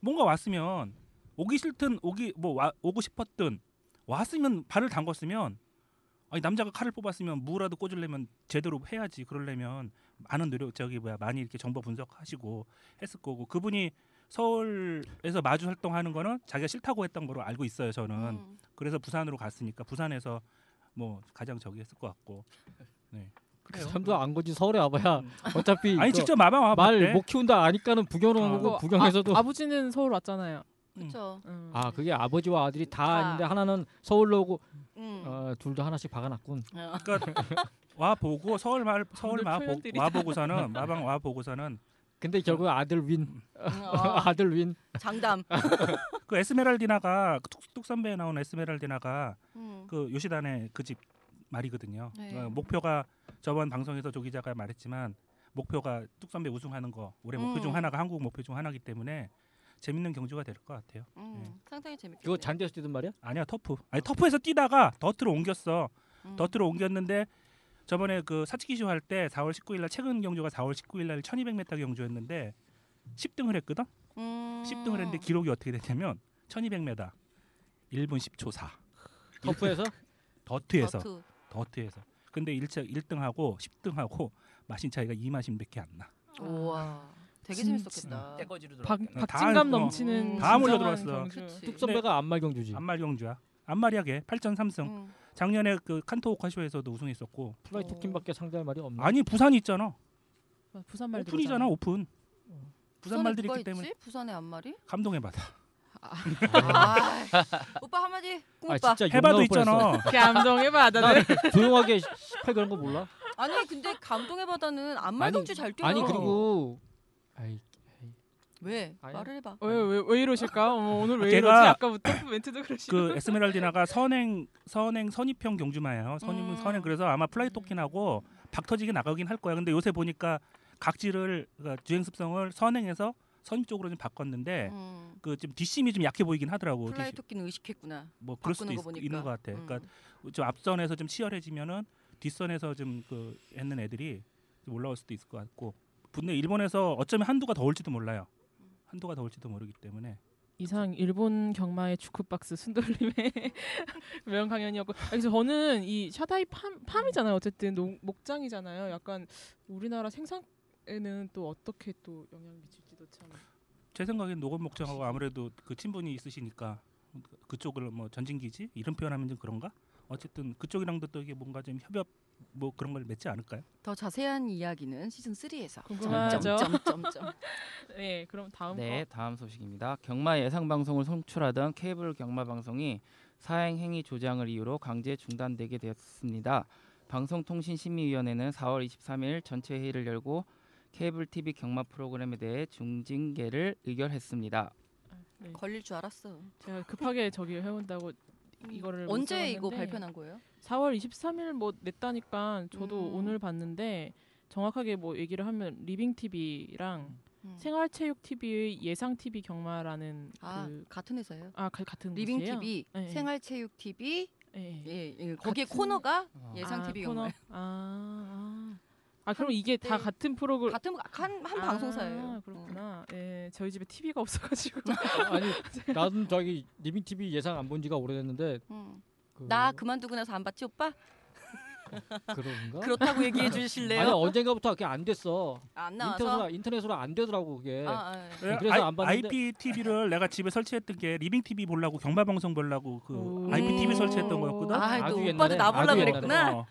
Speaker 6: 뭔가 왔으면 오기 싫든 오기 뭐 와- 오고 싶었든 왔으면 발을 담궜으면 아니 남자가 칼을 뽑았으면 무라도 꽂으려면 제대로 해야지 그러려면 많은 노력 저기 뭐야 많이 이렇게 정보 분석하시고 했을 거고 그분이 서울에서 마주 활동하는 거는 자기가 싫다고 했던 거로 알고 있어요 저는
Speaker 4: 음.
Speaker 6: 그래서 부산으로 갔으니까 부산에서 뭐 가장 저기 했을 것 같고 네
Speaker 5: 그
Speaker 6: 그래요
Speaker 5: 사람도 안 거지 서울에 와봐야
Speaker 4: 음.
Speaker 5: *laughs* 어차피
Speaker 6: 아니
Speaker 5: 그
Speaker 6: 직접 마방 와봤대
Speaker 5: 말 못 키운다 아니까는
Speaker 6: 어.
Speaker 5: 구경하고 구경해서도
Speaker 2: 아,
Speaker 4: 아,
Speaker 2: 아버지는 서울 왔잖아요.
Speaker 4: 그렇죠.
Speaker 2: 음.
Speaker 5: 아 그게 아버지와 아들이 다
Speaker 4: 다.
Speaker 5: 있는데 하나는 서울로 오고
Speaker 4: 음.
Speaker 5: 어, 둘 다 하나씩 박아놨군.
Speaker 4: 어.
Speaker 6: 그러니까 와 보고 서울 말 서울
Speaker 2: 오늘
Speaker 6: 마 보-
Speaker 2: 표현들이
Speaker 6: 와
Speaker 2: *laughs*
Speaker 6: 보고서는 마방 와 보고서는
Speaker 5: 근데
Speaker 6: 그렇죠.
Speaker 5: 결국 아들 윈
Speaker 4: 어,
Speaker 5: *laughs* 아들 윈.
Speaker 4: 장담.
Speaker 6: 그 에스메랄디나가 그 툭툭 선배에 나온 에스메랄디나가
Speaker 4: 음.
Speaker 6: 그 요시단의 그 집 말이거든요.
Speaker 4: 네.
Speaker 6: 그러니까 목표가 저번 방송에서 조 기자가 말했지만 목표가 뚝 선배 우승하는 거 올해 목표 중
Speaker 4: 음.
Speaker 6: 하나가 한국 목표 중 하나이기 때문에 재밌는 경주가 될 것 같아요.
Speaker 4: 음. 상당히 재밌겠네요.
Speaker 5: 그거 잔디에서 뛰던
Speaker 6: *laughs*
Speaker 5: 말이야?
Speaker 6: 아니야 터프. 아니 터프에서 뛰다가 더트로 옮겼어.
Speaker 4: 음.
Speaker 6: 더트로 옮겼는데 저번에 그 사치기쇼 할 때 4월 19일 날 최근 경주가 4월 19일 날 1200m 경주였는데 10등을 했거든.
Speaker 4: 음.
Speaker 6: 10등을 했는데 기록이 어떻게 됐냐면 1200m 1분 10초 4.
Speaker 5: 터프에서
Speaker 6: 네. 더트에서
Speaker 4: 더트.
Speaker 6: 더트에서. 근데 1차 1등하고 10등하고 마신 차이가 2마신밖에 안 나.
Speaker 4: 아. 우와. 되게
Speaker 2: 진-
Speaker 4: 재밌었겠다.
Speaker 3: 떼거지로
Speaker 2: 박,
Speaker 3: 들어갔다.
Speaker 2: 박진감
Speaker 6: 다- 어,
Speaker 2: 넘치는
Speaker 4: 다
Speaker 2: 진정한
Speaker 6: 몰려들어왔어.
Speaker 2: 경주.
Speaker 4: 그치. 음.
Speaker 5: 뚝 선배가 안말경주지.
Speaker 6: 안말 경주야. 안말이하게 8전 3승.
Speaker 4: 음.
Speaker 6: 작년에 그 칸토 오카쇼에서도 우승했었고.
Speaker 5: 플라이
Speaker 4: 어.
Speaker 5: 토킹밖에 상대할 말이
Speaker 4: 음.
Speaker 5: 없네.
Speaker 6: 아니 부산이 있잖아.
Speaker 2: 어, 부산 말도
Speaker 6: 오픈이잖아 오픈. 부산
Speaker 4: 어. 부산에
Speaker 6: 말들이
Speaker 4: 누가
Speaker 6: 있기 때문에
Speaker 4: 있지? 부산의
Speaker 6: *laughs*
Speaker 4: 앞말이?
Speaker 6: 감동해 받아.
Speaker 4: 아, 오빠 한마디
Speaker 5: 아
Speaker 4: 꿈오빠.
Speaker 5: 진짜 욕
Speaker 6: 해봐도
Speaker 5: 나올 뻔했어. *laughs*
Speaker 6: 있잖아.
Speaker 2: 감동해봐 나는
Speaker 4: 네.
Speaker 5: 조용하게 18 그런 거 몰라?
Speaker 4: 아, 니 근데 감동의 바다는 앞말
Speaker 5: 아니,
Speaker 4: 경주 잘 뛰어요.
Speaker 5: 아니 그리고 아이,
Speaker 4: 왜?
Speaker 5: 아니.
Speaker 4: 말을 해봐.
Speaker 2: 어. 왜왜 왜 이러실까? 어머, 오늘 왜
Speaker 6: 걔가-
Speaker 2: 이러지? 아까부터 *laughs* 멘트도 그러시고
Speaker 4: *laughs*
Speaker 6: 그 에스메랄디나가 선행 선행 선입형 경주마예요. 선입은
Speaker 4: 음.
Speaker 6: 선행 그래서 아마 플라이 토킹하고 박터지게 나가긴 할 거야. 근데 요새 보니까 각질을 그러니까 주행 습성을 선행에서 선입 쪽으로 좀 바꿨는데
Speaker 4: 음.
Speaker 6: 그 지금 뒷심이 좀 약해 보이긴 하더라고.
Speaker 4: 플라이
Speaker 6: 뒷심.
Speaker 4: 토끼는 의식했구나.
Speaker 6: 뭐 그럴 수도
Speaker 4: 바꾸는
Speaker 6: 있,
Speaker 4: 거 보니까.
Speaker 6: 있는 것 같아. 그러니까
Speaker 4: 음.
Speaker 6: 좀 앞선에서 좀 치열해지면은 뒷선에서 좀그 했는 애들이 좀 올라올 수도 있을 것 같고. 근데 일본에서 어쩌면 한두가 더 올지도 몰라요. 한두가 더 올지도 모르기 때문에
Speaker 2: 이상 일본 경마의 주크 박스 순돌림의 *laughs* 매연 강연이었고 아, 그래서 저는 이 샤다이 팜 팜이잖아요 어쨌든 농, 목장이잖아요 약간 우리나라 생산에는 또 어떻게 또 영향 미칠지도 참
Speaker 6: 제 생각엔 노건 목장하고 아무래도 그 친분이 있으시니까 그쪽을 뭐 전진기지 이런 표현하면 좀 그런가? 어쨌든 그쪽이랑도 또 이게 뭔가 좀 협업 뭐 그런 걸 맺지 않을까요?
Speaker 4: 더 자세한 이야기는 시즌 3에서.
Speaker 2: 궁금하죠?
Speaker 4: 점점점점.
Speaker 2: 네 그럼 다음
Speaker 3: 네,
Speaker 2: 거
Speaker 3: 다음 소식입니다. 경마 예상 방송을 송출하던 케이블 경마 방송이 사행 행위 조장을 이유로 강제 중단되게 되었습니다. 방송통신심의위원회는 4월 23일 전체 회의를 열고 케이블 TV 경마 프로그램에 대해 중징계를 의결했습니다.
Speaker 2: 네,
Speaker 4: 걸릴 줄 알았어.
Speaker 2: 제가 급하게 저기 해온다고 이거를 못
Speaker 4: 언제 이거
Speaker 2: 써봤는데
Speaker 4: 발표한 거예요?
Speaker 2: 4월 23일 뭐 냈다니까 저도
Speaker 4: 음.
Speaker 2: 오늘 봤는데 정확하게 뭐 얘기를 하면 리빙 TV랑
Speaker 4: 음.
Speaker 2: 생활체육 TV의 예상 TV 경마라는
Speaker 4: 아
Speaker 2: 그
Speaker 4: 같은 회사예요.
Speaker 2: 아, 가- 같은
Speaker 4: 리빙
Speaker 2: 곳이에요?
Speaker 4: TV,
Speaker 2: 예, 예.
Speaker 4: 생활체육 TV,
Speaker 2: 예. 예.
Speaker 4: 예, 예. 거기에
Speaker 2: 같은-
Speaker 4: 코너가
Speaker 3: 어.
Speaker 4: 예상
Speaker 2: 아,
Speaker 4: TV
Speaker 2: 코너.
Speaker 4: 영화
Speaker 2: 아, 아. 아, 그럼 이게 다
Speaker 4: 때-
Speaker 2: 같은 프로그램
Speaker 4: 네. 같은 한한
Speaker 2: 아,
Speaker 4: 방송사예요.
Speaker 2: 그렇구나. 예. 저희 집에 TV가 없어가지고.
Speaker 5: 아니 나는 저기 리빙 TV 예상 안 본 지가 오래됐는데
Speaker 4: 음. 음.
Speaker 5: 그,
Speaker 4: 나 그만두고 나서 안 봤지 오빠?
Speaker 5: 그런가?
Speaker 4: 그렇다고
Speaker 2: *laughs*
Speaker 4: 얘기해
Speaker 5: 아니
Speaker 4: 주실래요?
Speaker 5: 언젠가부터 그게 안 됐어.
Speaker 4: 안 나와서.
Speaker 5: 인터넷으로 인터넷으로 안 되더라고 그게.
Speaker 4: 아, 아, 예.
Speaker 5: 네, 그래서
Speaker 6: 아이-
Speaker 5: 안 봤는데-
Speaker 6: IPTV를 내가 집에 설치했던 게 리빙 TV 보려고 경마 방송 보려고 그
Speaker 2: 오.
Speaker 6: IPTV 설치했던 거였거든.
Speaker 4: 아,
Speaker 5: 음. 아주
Speaker 4: 또
Speaker 5: 옛날에,
Speaker 4: 오빠도 나보려
Speaker 5: 아주
Speaker 4: 그랬구나.
Speaker 6: 어.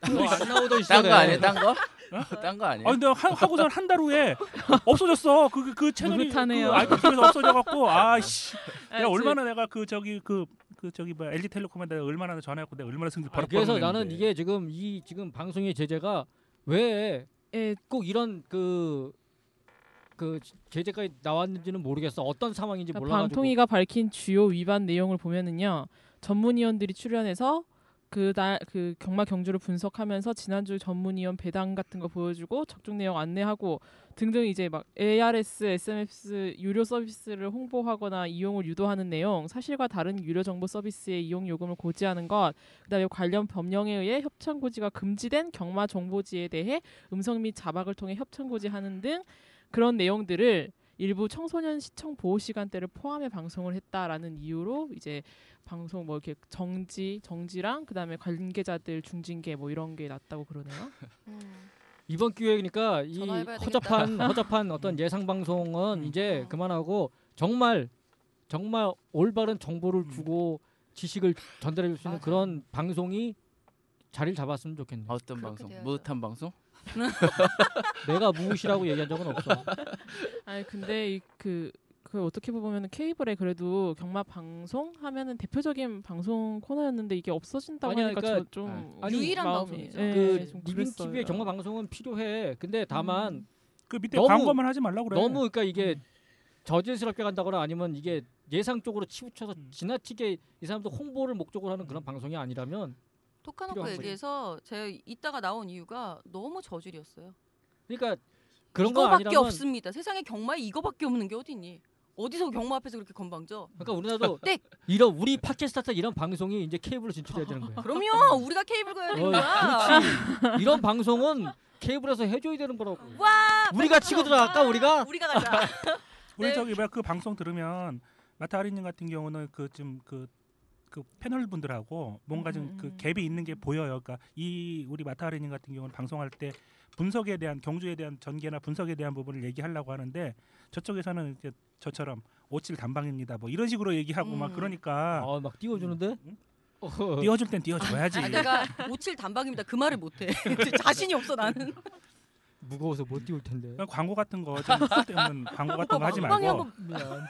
Speaker 5: 그거 안 나오던
Speaker 3: 딴
Speaker 5: 시절에.
Speaker 3: 거 아니에요? 딴 거? *laughs* 딴 거 아니에요?
Speaker 6: 아 근데 하, 하고선 한 달 후에 없어졌어. 그 그 채널이 그
Speaker 2: 그렇다네요.
Speaker 6: IPTV에서 없어져 갖고 아씨.
Speaker 2: *laughs* 아,
Speaker 6: 내가
Speaker 2: 저-
Speaker 6: 얼마나 내가 그 저기 그 그 저기 뭐 LG 텔레콤에 내가 얼마나 전화했고 내가 얼마나 승질
Speaker 5: 아,
Speaker 6: 바로
Speaker 5: 그래서 나는 이게 지금 이 지금 방송의 제재가 왜 꼭
Speaker 2: 예.
Speaker 5: 이런 그. 그 제재까지 나왔는지는 모르겠어. 어떤 상황인지
Speaker 2: 그러니까
Speaker 5: 몰라가지고.
Speaker 2: 방통위가 밝힌 주요 위반 내용을 보면은요. 전문위원들이 출연해서 그날 그 경마 경주를 분석하면서 지난주 전문위원 배당 같은 거 보여주고 적중 내용 안내하고 등등 이제 막 ARS, SMS 유료 서비스를 홍보하거나 이용을 유도하는 내용, 사실과 다른 유료 정보 서비스의 이용 요금을 고지하는 것, 그다음에 관련 법령에 의해 협찬 고지가 금지된 경마 정보지에 대해 음성 및 자막을 통해 협찬 고지하는 등 그런 내용들을 일부 청소년 시청 보호 시간대를 포함해 방송을 했다라는 이유로 이제 방송 뭐 이렇게 정지 정지랑 그다음에 관계자들 중징계 뭐 이런 게 났다고 그러네요.
Speaker 4: 음.
Speaker 5: 이번 기회니까 이
Speaker 4: 전화해봐야
Speaker 5: 허접한 허접한 어떤 예상 방송은
Speaker 6: 음.
Speaker 5: 이제
Speaker 4: 어.
Speaker 5: 그만하고 정말 정말 올바른 정보를
Speaker 6: 음.
Speaker 5: 주고 지식을 전달해 줄 수 있는
Speaker 4: 맞아.
Speaker 5: 그런 방송이 자리를 잡았으면 좋겠네. 요
Speaker 3: 어떤
Speaker 4: 그렇게
Speaker 3: 방송?
Speaker 4: 돼야죠.
Speaker 3: 무릇한 방송?
Speaker 5: 내가 무엇이라고 얘기한 적은 없어.
Speaker 2: 아니 근데 이 그 그 어떻게 보면은 케이블에 그래도 경마 방송 하면은 대표적인 방송 코너였는데 이게 없어진다고
Speaker 5: 아니야,
Speaker 2: 하니까
Speaker 5: 그러니까
Speaker 2: 저 좀
Speaker 5: 아니,
Speaker 4: 유일한
Speaker 2: 마음이-
Speaker 4: 방송이죠.
Speaker 2: 예,
Speaker 5: 그
Speaker 2: 좀
Speaker 5: 리빙
Speaker 2: 그랬어요.
Speaker 5: TV의 경마 방송은 필요해. 근데 다만
Speaker 2: 음.
Speaker 6: 그 밑에
Speaker 5: 너무-
Speaker 6: 광고만 하지 말라고 그래.
Speaker 5: 너무 그러니까 이게 저질스럽게 간다거나 아니면 이게 예상 쪽으로 치우쳐서
Speaker 6: 음.
Speaker 5: 지나치게 이 사람도 홍보를 목적으로 하는 그런 방송이 아니라면
Speaker 4: 토카노코
Speaker 5: 필요한 거지.
Speaker 4: 얘기해서 제가 이따가 나온 이유가 너무 저질이었어요.
Speaker 5: 그러니까 그런 거
Speaker 4: 이거밖에
Speaker 5: 아니라면
Speaker 4: 없습니다. 세상에 경마에 이거밖에 없는 게 어딨니? 어디서 경마 앞에서 그렇게 건방져?
Speaker 5: 그러니까
Speaker 4: *laughs*
Speaker 5: 우리나라도
Speaker 4: 땡!
Speaker 5: 이런 우리 팟캐스트 같은 이런 방송이 이제 케이블로 진출해야 되는 거예요.
Speaker 4: 그럼요. 우리가 케이블 가야
Speaker 5: 어,
Speaker 4: 됩니다.
Speaker 5: 이런 방송은 케이블에서 해줘야 되는 거라고.
Speaker 4: 와, 아,
Speaker 5: 우리가 치고 들어갈까, 우리가?
Speaker 4: 우리가 가자.
Speaker 6: 우리
Speaker 4: 네.
Speaker 6: 저기 뭐야 그 방송 들으면 마타하리님 같은 경우는 그 좀 그 그 패널 분들하고 뭔가 좀
Speaker 2: 음,
Speaker 6: 그
Speaker 2: 음.
Speaker 6: 갭이 있는 게 보여요. 그러니까 이 우리 마타하리님 같은 경우는 방송할 때 분석에 대한 경주에 대한 전개나 분석에 대한 부분을 얘기하려고 하는데 저쪽에서는 이렇게 저처럼 오칠 단방입니다. 뭐 이런 식으로 얘기하고 막
Speaker 4: 음.
Speaker 6: 그러니까
Speaker 5: 어, 그 막 띄워주는데.
Speaker 6: 음.
Speaker 5: 어허.
Speaker 6: 띄워줄 땐 띄워줘야지.
Speaker 4: 아, 내가 57 단방입니다. 그 말을 못해. *laughs* 자신이 없어 나는.
Speaker 5: 무거워서 못 띄울 텐데.
Speaker 6: 그냥 광고 같은 거 좀 쓸데없는 광고 같은 거 하지
Speaker 4: 방방이
Speaker 6: 말고.
Speaker 4: 어, 한번
Speaker 5: 미안.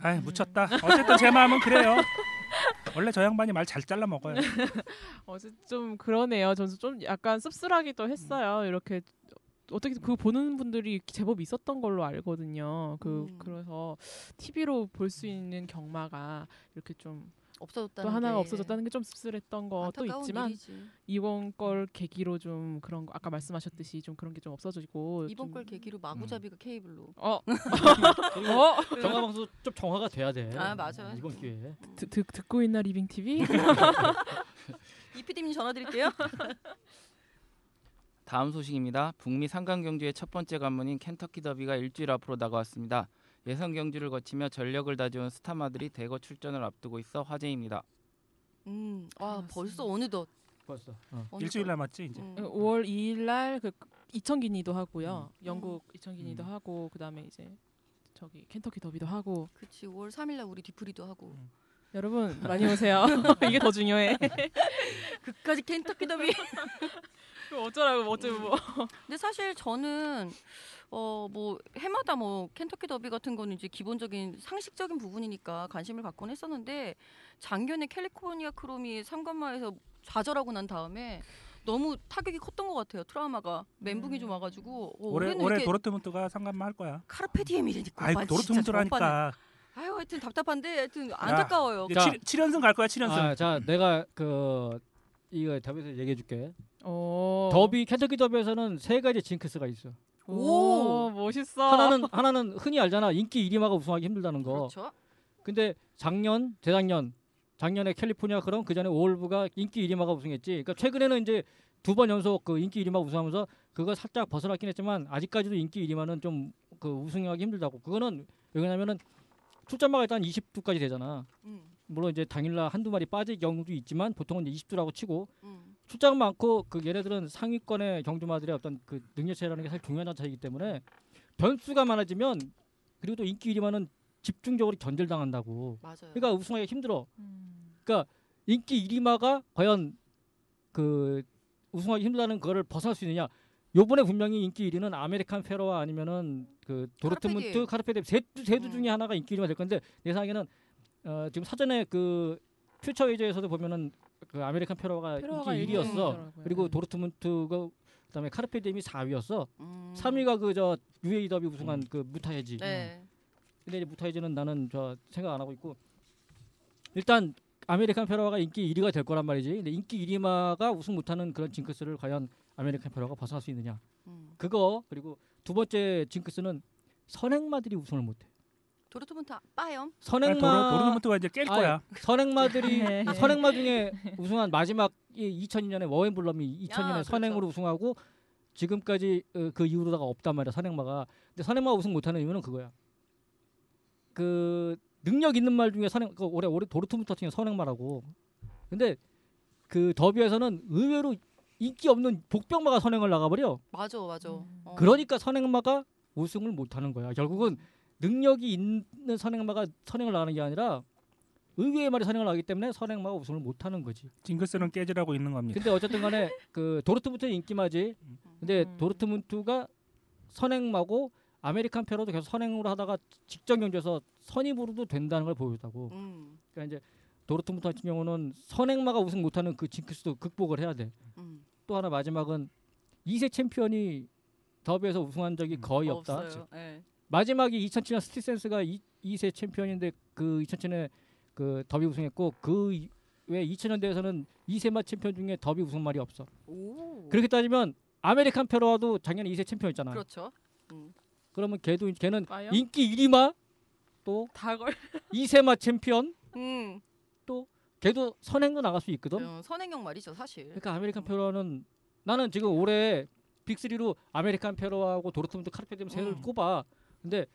Speaker 6: 아이 묻혔다. 어쨌든 제 마음은 그래요. 원래 저 양반이 말 잘 잘라 먹어요.
Speaker 2: 어제 좀 그러네요. 저는 좀 약간
Speaker 4: 음.
Speaker 2: 씁쓸하기도 했어요. 이렇게 어떻게 그 보는 분들이 제법 있었던 걸로 알거든요. 그
Speaker 4: 음.
Speaker 2: 그래서 TV로 볼 수 있는 경마가 이렇게 좀 또
Speaker 4: 없어졌다는
Speaker 2: 하나가
Speaker 4: 게
Speaker 2: 없어졌다는 게 좀 씁쓸했던 것도
Speaker 4: 안타까운
Speaker 2: 있지만
Speaker 4: 일이지. 음.
Speaker 2: 이번 걸 계기로 좀 그런 거 아까 말씀하셨듯이 좀 그런 게 좀 없어지고
Speaker 4: 이번
Speaker 2: 좀-
Speaker 4: 걸 계기로 마구잡이가 케이블로.
Speaker 2: 어,
Speaker 5: 그리고
Speaker 2: 어?
Speaker 5: 정화 방송 좀 정화가 돼야 돼.
Speaker 4: 아, 맞아요.
Speaker 5: 이번 기회에.
Speaker 2: 듣, 듣, 듣고 있나 리빙 어, TV?
Speaker 4: *laughs* 이 PD님 전화 드릴게요.
Speaker 3: 다음 소식입니다. 북미 상강 경주의 첫 번째 관문인 켄터키 더비가 일주일 앞으로 다가왔습니다. 예선 경주를 거치며 전력을 다져온 스타마들이 대거 출전을 앞두고 있어 화제입니다.
Speaker 4: 음, 와
Speaker 2: 맞습니다.
Speaker 4: 벌써 어느덧.
Speaker 5: 벌써. 어.
Speaker 4: 어느덧.
Speaker 6: 일주일 남았지 이제.
Speaker 4: 음.
Speaker 2: 5월 2일 날그 이천기니도 하고요. 영국 이천기니도
Speaker 6: 음.
Speaker 2: 하고 그다음에 이제 저기 켄터키 더비도 하고
Speaker 4: 그치 5월 3일 날 우리 디프리도 하고.
Speaker 2: 여러분 많이 오세요. *laughs* 이게 더 중요해.
Speaker 4: 그까지 켄터키 더비.
Speaker 2: 그 어쩌라고 어째 뭐.
Speaker 4: 근데 사실 저는 어 뭐 해마다 뭐 켄터키 더비 같은 거는 이제 기본적인 상식적인 부분이니까 관심을 갖곤 했었는데 작년에 캘리포니아 크롬이 상관마에서 좌절하고 난 다음에 너무 타격이 컸던 것 같아요. 트라우마가 멘붕이 좀 와가지고 어,
Speaker 6: 음. 올해
Speaker 4: 올해는
Speaker 6: 올해
Speaker 4: 이게
Speaker 6: 도로트문트가 상관만 할 거야.
Speaker 4: 카르페디엠이라니까.
Speaker 6: 아이
Speaker 4: 오빠 진짜 저 오빠는.
Speaker 6: 도로트문트라니까.
Speaker 4: 아유 하여튼 답답한데 하여튼 안타까워요.
Speaker 5: 자.
Speaker 6: 7, 7연승 갈 거야 7연승.
Speaker 5: 그러니까 아, 자, 내가 그 이거 답에서 얘기해 줄게.
Speaker 2: 어.
Speaker 5: 더비 켄터키 더비에서는 세 가지 징크스가 있어.
Speaker 2: 오, 멋있어.
Speaker 5: 하나는 하나는 흔히 알잖아. 인기 1위마가 우승하기 힘들다는 거.
Speaker 4: 그렇죠.
Speaker 5: 근데 작년, 재작년, 작년에 캘리포니아 그럼 그 전에 오월부가 인기 1위마가 우승했지. 그러니까 최근에는 이제 두 번 연속 그 인기 1위마 우승하면서 그거 살짝 벗어났긴 했지만 아직까지도 인기 1위마는 좀 그 우승하기 힘들다고. 그거는 왜냐면은 출전마가 일단 20두까지 되잖아.
Speaker 4: 음,
Speaker 5: 물론 이제 당일날 한두 마리 빠질 경우도 있지만 보통은 이제 20두라고 치고
Speaker 4: 음.
Speaker 5: 출장 많고 그 얘네들은 상위권의 경주마들의 어떤 그 능력 차이라는 게 사실 중요한 차이기 때문에 변수가 많아지면 그리고 또 인기 1위만은 집중적으로 견제당한다고.
Speaker 4: 맞아요.
Speaker 5: 그러니까 우승하기 힘들어.
Speaker 2: 음.
Speaker 5: 인기 1위마가 과연 그 우승하기 힘들다는 그거를 벗어날 수 있느냐? 요번에 분명히 인기 1위는 아메리칸 페러와 아니면은 그
Speaker 4: 카르페디엠.
Speaker 5: 도르트문트 카르페디엠 세두 세두
Speaker 4: 음.
Speaker 5: 중에 하나가 인기 1위가 될 건데 내 생각에는 어 지금 사전에 그 퓨처 웨이저에서도 보면은 그 아메리칸 페러가
Speaker 2: 페러가
Speaker 5: 인기 1위였어.
Speaker 2: 일위더라고요.
Speaker 5: 그리고
Speaker 2: 네.
Speaker 5: 도르트문트가 그다음에 카르페디엠이 4위였어.
Speaker 4: 음.
Speaker 5: 3위가 그 저 UAE 더비 우승한 그 무타헤지.
Speaker 4: 네.
Speaker 5: 근데 이제 무타이즈는 나는 저 생각 안 하고 있고 일단 아메리칸 페러가 인기 1위가 될 거란 말이지. 근데 인기 1위마가 우승 못하는 그런 징크스를 과연 아메리칸 페러가 벗어날 수 있느냐.
Speaker 4: 음.
Speaker 5: 그거 그리고 두 번째 징크스는 선행마들이 우승을 못해.
Speaker 4: 도르트문트 빠염.
Speaker 5: 선행마
Speaker 6: 도로, 도로트문트가 이제 깰
Speaker 5: 아,
Speaker 6: 거야.
Speaker 5: 선행마들이 선행마 중에 우승한 마지막이 2002년에 워웬블럼이 2000년에
Speaker 4: 아,
Speaker 5: 선행으로 우승하고 지금까지 어, 그 이후로다가 없단 말이야 선행마가. 근데 선행마 우승 못하는 이유는 그거야. 그 능력 있는 말 중에 선행 그 올해 올해 도르트문트 같은 경우 선행마라고. 근데 그 더비에서는 의외로 인기 없는 복병마가 선행을 나가버려.
Speaker 4: 맞아, 맞아.
Speaker 6: 음.
Speaker 4: 어.
Speaker 5: 그러니까 선행마가 우승을 못하는 거야. 결국은 능력이 있는 선행마가 선행을 나가는 게 아니라 의외의 말이 선행을 나가기 때문에 선행마가 우승을 못하는 거지.
Speaker 6: 징크스는 깨지라고 있는
Speaker 4: 예.
Speaker 6: 겁니다.
Speaker 5: 근데 어쨌든
Speaker 4: *laughs*
Speaker 5: 간에 그 도르트문트의 인기마지. 근데
Speaker 2: 음.
Speaker 5: 도르트문트가 선행마고 아메리칸 패러도 계속 선행으로 하다가 직전 경주에서 선입으로도 된다는 걸 보여줬다고.
Speaker 4: 음,
Speaker 5: 그러니까 이제 도르트문트 같은 경우는 선행마가 우승 못하는 그 징크스도 극복을 해야 돼.
Speaker 4: 음.
Speaker 5: 또 하나 마지막은 2세 챔피언이 더비에서 우승한 적이
Speaker 6: 음.
Speaker 5: 거의 없다.
Speaker 4: 없어요. 예.
Speaker 5: 마지막이 2007년 스티센스가 2, 2세 챔피언인데 그 2007년에 그 더비 우승했고 그 왜 2000년대에서는 2세마 챔피언 중에 더비 우승말이 없어.
Speaker 4: 오.
Speaker 5: 그렇게 따지면 아메리칸 페로와도 작년에 2세 챔피언이잖아.
Speaker 4: 렇죠 음.
Speaker 5: 그러면 걔도 걔는
Speaker 2: 과연
Speaker 5: 인기 1위마 또
Speaker 2: 다 걸.
Speaker 5: 2세마 챔피언
Speaker 4: 음.
Speaker 5: 걔도 선행도 나갈 수 있거든.
Speaker 4: 어, 선행형 말이죠, 사실.
Speaker 5: 그러니까 아메리칸 페로와는 나는 지금 올해 빅3로 아메리칸 페로하고 도르트문트 카르페디움 세를
Speaker 4: 음.
Speaker 5: 꼽아. 근데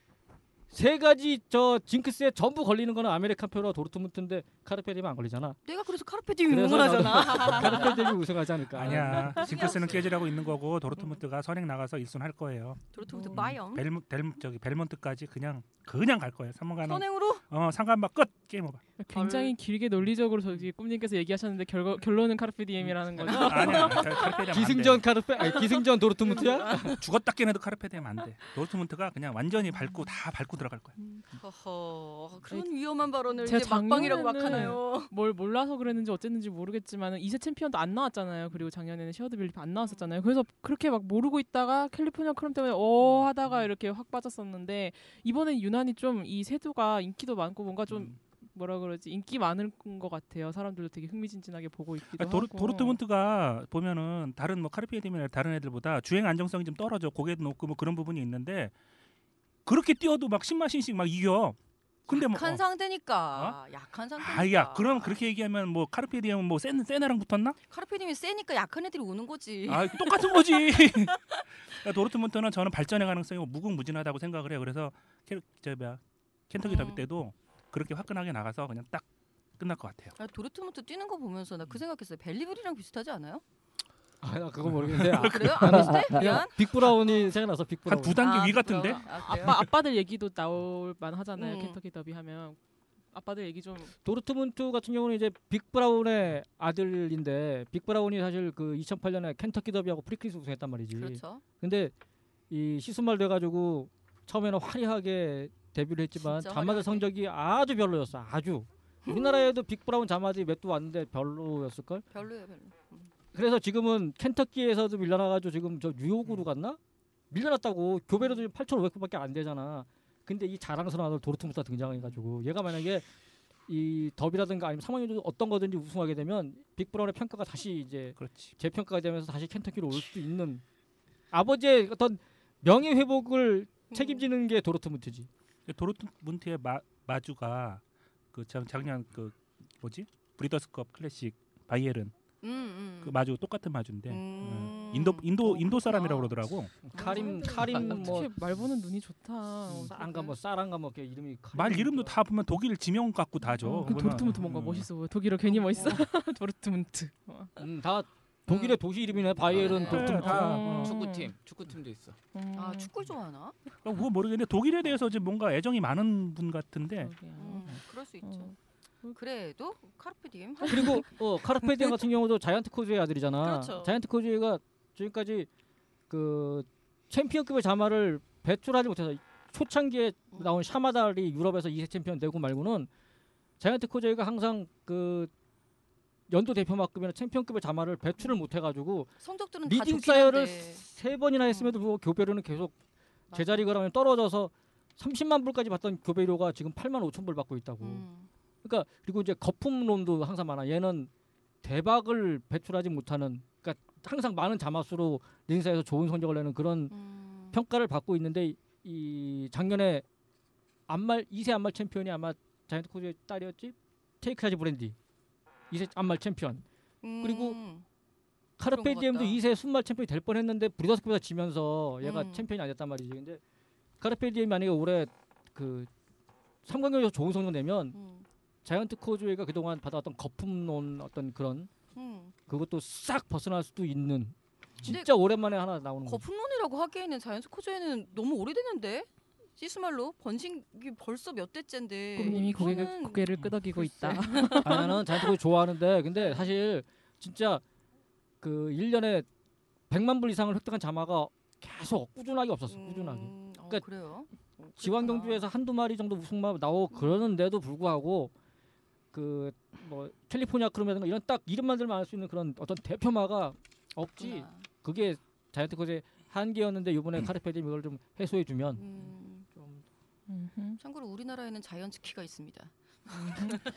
Speaker 5: 세 가지 저 징크스에 전부 걸리는 거는 아메리칸 페로와 도르트문트인데 카르페디움 안 걸리잖아.
Speaker 4: 내가 그래서 카르페디움
Speaker 5: 그래서
Speaker 4: 응원하잖아.
Speaker 5: *laughs* 카르페디움이 우승하지 않을까.
Speaker 6: 아니야.
Speaker 4: 없어요.
Speaker 6: 징크스는 깨지라고 있는 거고
Speaker 4: 음.
Speaker 6: 도르트문트가 선행 나가서 1순 할 거예요.
Speaker 4: 도르트문트
Speaker 2: 음.
Speaker 4: 바이언.
Speaker 6: 벨, 델 저기 벨몬트까지 그냥 그냥 갈 거예요. 3분간은
Speaker 4: 선행으로
Speaker 6: 어 상관막 끝 게임 오버.
Speaker 4: 어.
Speaker 2: 굉장히 길게 논리적으로 저기 꿈님께서 얘기하셨는데 결과, 결론은 카르페디엠이라는 거죠.
Speaker 6: 아니야.
Speaker 5: *laughs*
Speaker 6: 카르페디엠
Speaker 5: 기승전 카르페 아니, 기승전 도르트문트야?
Speaker 6: 죽었다 깨내도 카르페디엠 안 돼. 도르트문트가 그냥 완전히 밟고 다 밟고 들어갈 거야.
Speaker 4: 허허 아, 그런 위험한 발언을
Speaker 2: 제
Speaker 4: 이제 막방이라고 막
Speaker 2: 작년에는-
Speaker 4: 하나요.
Speaker 2: 뭘 몰라서 그랬는지 어쨌는지 모르겠지만 2세 챔피언도 안 나왔잖아요. 그리고 작년에는 시어드 빌립 안 나왔었잖아요. 그래서 그렇게 막 모르고 있다가 캘리포니아 크롬 때문에 어 하다가 이렇게 확 빠졌었는데 이번엔 유난히 좀 이 세두가 인기도 많고 뭔가 좀
Speaker 6: 음.
Speaker 2: 뭐라 그러지 인기 많은 것 같아요. 사람들도 되게 흥미진진하게 보고 있기도
Speaker 6: 도르,
Speaker 2: 하고.
Speaker 6: 도르트문트가 보면은 다른 뭐 카르페디엠이나 다른 애들보다 주행 안정성이 좀 떨어져 고개도 높고 뭐 그런 부분이 있는데 그렇게 뛰어도 막 10마신씩 막 이겨. 근데 뭐
Speaker 4: 약한
Speaker 6: 어.
Speaker 4: 상대니까. 약한 상대니까.
Speaker 6: 아야 그럼 그렇게 얘기하면 뭐 카르페디엠은 뭐센 센애랑 붙었나?
Speaker 4: 카르페디움이 세니까 약한 애들이 오는 거지.
Speaker 6: 아 똑같은 거지. *laughs* 그러니까 도르트문트는 저는 발전의 가능성이 무궁무진하다고 생각을 해요. 그래서 캐, 저 뭐야 켄터키 더비
Speaker 4: 음.
Speaker 6: 때도 그렇게 화끈하게 나가서 그냥 딱 끝날 것 같아요.
Speaker 4: 아, 도르트문트 뛰는 거 보면서 나 그 생각했어요. 벨리브리랑 비슷하지 않아요?
Speaker 5: 아, 나 그거 모르겠는데. 아,
Speaker 4: 그래요? 안 비슷해?
Speaker 5: 그냥
Speaker 4: 미안.
Speaker 5: 빅브라운이 생각나서 빅브라운.
Speaker 6: 한 두 단계
Speaker 4: 아,
Speaker 6: 위 같은데?
Speaker 4: 부끄러워. 아, 그래요?
Speaker 2: 아빠 아빠들 얘기도 나올 만하잖아요.
Speaker 4: 음.
Speaker 2: 켄터키 더비 하면 아빠들 얘기 좀
Speaker 5: 도르트문트 같은 경우는 이제 빅브라운의 아들인데 빅브라운이 사실 그 2008년에 켄터키 더비하고 프리크리스 우승했단 말이지.
Speaker 4: 그렇죠.
Speaker 5: 근데 이 시순말 돼가지고 처음에는 화려하게 데뷔를 했지만
Speaker 4: 진짜
Speaker 5: 자마드
Speaker 4: 화려하게.
Speaker 5: 성적이 아주 별로였어. 아주. 우리나라에도 빅브라운 자마드 몇 두 왔는데 별로였을 걸.
Speaker 4: 별로예요, 별로. 음.
Speaker 5: 그래서 지금은 켄터키에서도 밀려나가지고 지금 저
Speaker 4: 음.
Speaker 5: 뉴욕으로 갔나? 밀려났다고 교배로 지금 8,500%밖에 안 되잖아. 근데 이 자랑스러운 아들 도르트문트가 등장해가지고 얘가 만약에 이 더비라든가 아니면 상황이 어떤 거든지 우승하게 되면 빅브라운의 평가가 다시 이제
Speaker 6: 그렇지.
Speaker 5: 재평가가 되면서 다시 켄터키로 올 수도 있는 아버지의 어떤 명예 회복을 책임지는 게 도르트문트지.
Speaker 6: 그 도르트문트의 마, 마주가 그 작- 작년 그 뭐지 브리더스컵 클래식 바이에른
Speaker 4: 음, 음.
Speaker 6: 그 마주 똑같은 마주인데
Speaker 4: 음.
Speaker 6: 음. 인도 인도 인도
Speaker 4: 어,
Speaker 6: 사람이라고
Speaker 4: 그렇구나.
Speaker 6: 그러더라고.
Speaker 5: 카림
Speaker 4: 아,
Speaker 5: 카림 뭐
Speaker 2: 아, 어떻게 말 보는 눈이 좋다.
Speaker 4: 음.
Speaker 5: 안가 뭐 싸랑가 뭐 이렇게 이름이 그 카림
Speaker 6: 말 이름도
Speaker 5: 뭐야.
Speaker 6: 다 보면 독일 지명 갖고 다죠. 음.
Speaker 2: 어, 그 도르트문트 뭔가 멋있어 보여. 독일어
Speaker 4: 음,
Speaker 2: 괜히 멋있어. *laughs* 도르트문트. 어.
Speaker 5: 음, 다 독일의 도시 이름이네. 바이에른
Speaker 6: 아,
Speaker 4: 네.
Speaker 5: 도르트문트.
Speaker 6: 다
Speaker 2: 어.
Speaker 3: 음.
Speaker 7: 축구팀 축구팀도 있어.
Speaker 2: 음.
Speaker 4: 아, 축구를 좋아하나?
Speaker 6: 어, 그거 모르겠는데 독일에 대해서 지금 뭔가 애정이 많은 분 같은데
Speaker 2: 그러게요.
Speaker 4: 음, 그럴 수 있죠. 음,
Speaker 2: 어.
Speaker 4: 그래도 카르페디엠 *laughs*
Speaker 5: 그리고 어, 카르페디엠 같은 경우도 자이언트 코즈의 아들이잖아.
Speaker 4: 그렇죠.
Speaker 5: 자이언트 코즈가 지금까지 그 챔피언급의 자마를 배출하지 못해서 초창기에 나온 샤마달이 유럽에서 2세 챔피언 되고 말고는 자이언트 코즈가 항상 그 연도 대표마급이나 챔피언급의 자마를 배출을 못해가지고
Speaker 4: 성적들은 다
Speaker 5: 리딩
Speaker 4: 좋긴
Speaker 5: 사이어를
Speaker 4: 한데.
Speaker 5: 세 번이나 했음에도 불구하고 교배료는 계속 제자리 걸으면 떨어져서 30만 불까지 받던 교배료가 지금 8만 5천 불 받고 있다고.
Speaker 4: 음.
Speaker 5: 그러니까 그리고 이제 거품론도 항상 많아. 얘는 대박을 배출하지 못하는 그러니까 항상 많은 자마수로 링사에서 좋은 성적을 내는 그런
Speaker 4: 음.
Speaker 5: 평가를 받고 있는데 이 작년에 안말 2세 안말 챔피언이 아마 자이언트 코즈의 딸이었지? 테이크하지 브랜디. 2세 안말 챔피언. 그리고
Speaker 4: 음.
Speaker 5: 카르페디엠도
Speaker 4: 같다.
Speaker 5: 2세 순말 챔피언이 될 뻔했는데 브리더스보다 지면서 얘가
Speaker 4: 음.
Speaker 5: 챔피언이 안 됐단 말이지. 근데 카르페디엠이 만약에 올해 그 3강에서 좋은 성적 내면
Speaker 4: 음.
Speaker 5: 자이언트 코즈웨이가 그동안 받아왔던 거품론 어떤 그런
Speaker 4: 음.
Speaker 5: 그것도 싹 벗어날 수도 있는 진짜 오랜만에 하나 나오는 거죠.
Speaker 4: 거품론이라고 하기에는 자연스 코저에는 너무 오래됐는데 시스말로 번식이 벌써 몇 대째인데
Speaker 2: 꿈님이 네, 고개를,
Speaker 4: 이거는
Speaker 2: 고개를
Speaker 6: 음.
Speaker 2: 끄덕이고 있다.
Speaker 5: 아니 나는 자이언트 코즈 좋아하는데 근데 사실 진짜 그 1년에 100만 불 이상을 획득한 자마가 계속 꾸준하게 없었어. 꾸준하게.
Speaker 4: 음, 어,
Speaker 5: 그러니까
Speaker 4: 그래요? 어,
Speaker 5: 지방경주에서 한두 마리 정도 우승마 나오고 그러는데도 불구하고
Speaker 7: 그 뭐 캘리포니아 크롬이라든가 이런 딱 이름만 들면 알 수 있는 그런 어떤 대표마가 없지.
Speaker 4: 그렇구나.
Speaker 7: 그게 자이언트 컷의 한계였는데 이번에 카르페디엠 이걸 좀 해소해 주면
Speaker 4: 음, 좀.
Speaker 2: 음흠.
Speaker 4: 참고로 우리나라에는 자이언츠 키가 있습니다.